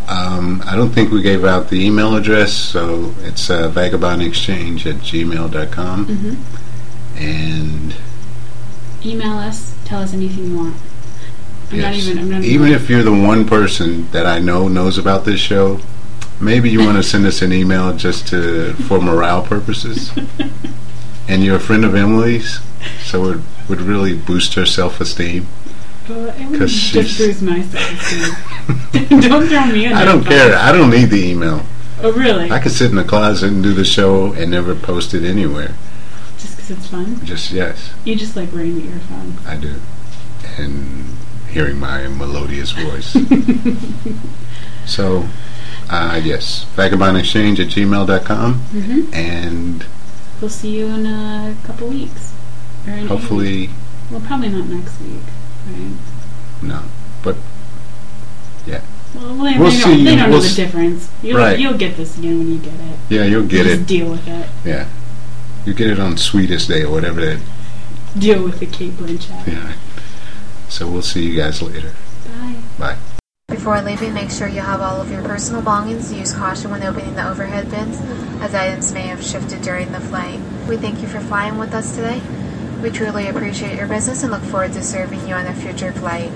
S3: Um, I don't think we gave out the email address, so it's uh, vagabondexchange at gmail.com.
S2: Mhm.
S3: And
S2: Email us. Tell us anything you want. I'm not
S3: yes,
S2: even. I'm not
S3: even if you're the one person that I know knows about this show, maybe you want to send us an email just to for morale purposes. and you're a friend of Emily's, so it would really boost her self esteem.
S2: Well, it would
S3: 'Cause
S2: just
S3: she's-
S2: bruise my self-esteem. don't throw me in.
S3: I
S2: that
S3: don't
S2: box.
S3: care. I don't need the email.
S2: Oh, really?
S3: I could sit in the closet and do the show and never post it anywhere.
S2: Just because it's fun?
S3: Just yes.
S2: You just like wearing the earphone.
S3: I do. And hearing my melodious voice. so, uh, yes, vagabondexchange at gmail.com.
S2: Mm-hmm.
S3: And
S2: We'll see you in a couple weeks. Or in
S3: hopefully,
S2: Well, probably not next week, right?
S3: no. But
S2: Well, they, they
S3: We'll see.
S2: don't, they don't
S3: We'll
S2: know the
S3: s-
S2: difference. You'll,
S3: Right.
S2: you'll get this again when you get it.
S3: yeah, you'll get
S2: Just
S3: it.
S2: deal with it.
S3: Yeah. You get it on Sweetest Day or whatever that.
S2: Deal with the Kate Blanchett.
S3: Yeah. So, we'll see you guys later.
S2: Bye.
S3: Bye.
S6: Before leaving, make sure you have all of your personal belongings. Use caution when opening the overhead bins, as items may have shifted during the flight. We thank you for flying with us today. We truly appreciate your business and look forward to serving you on a future flight.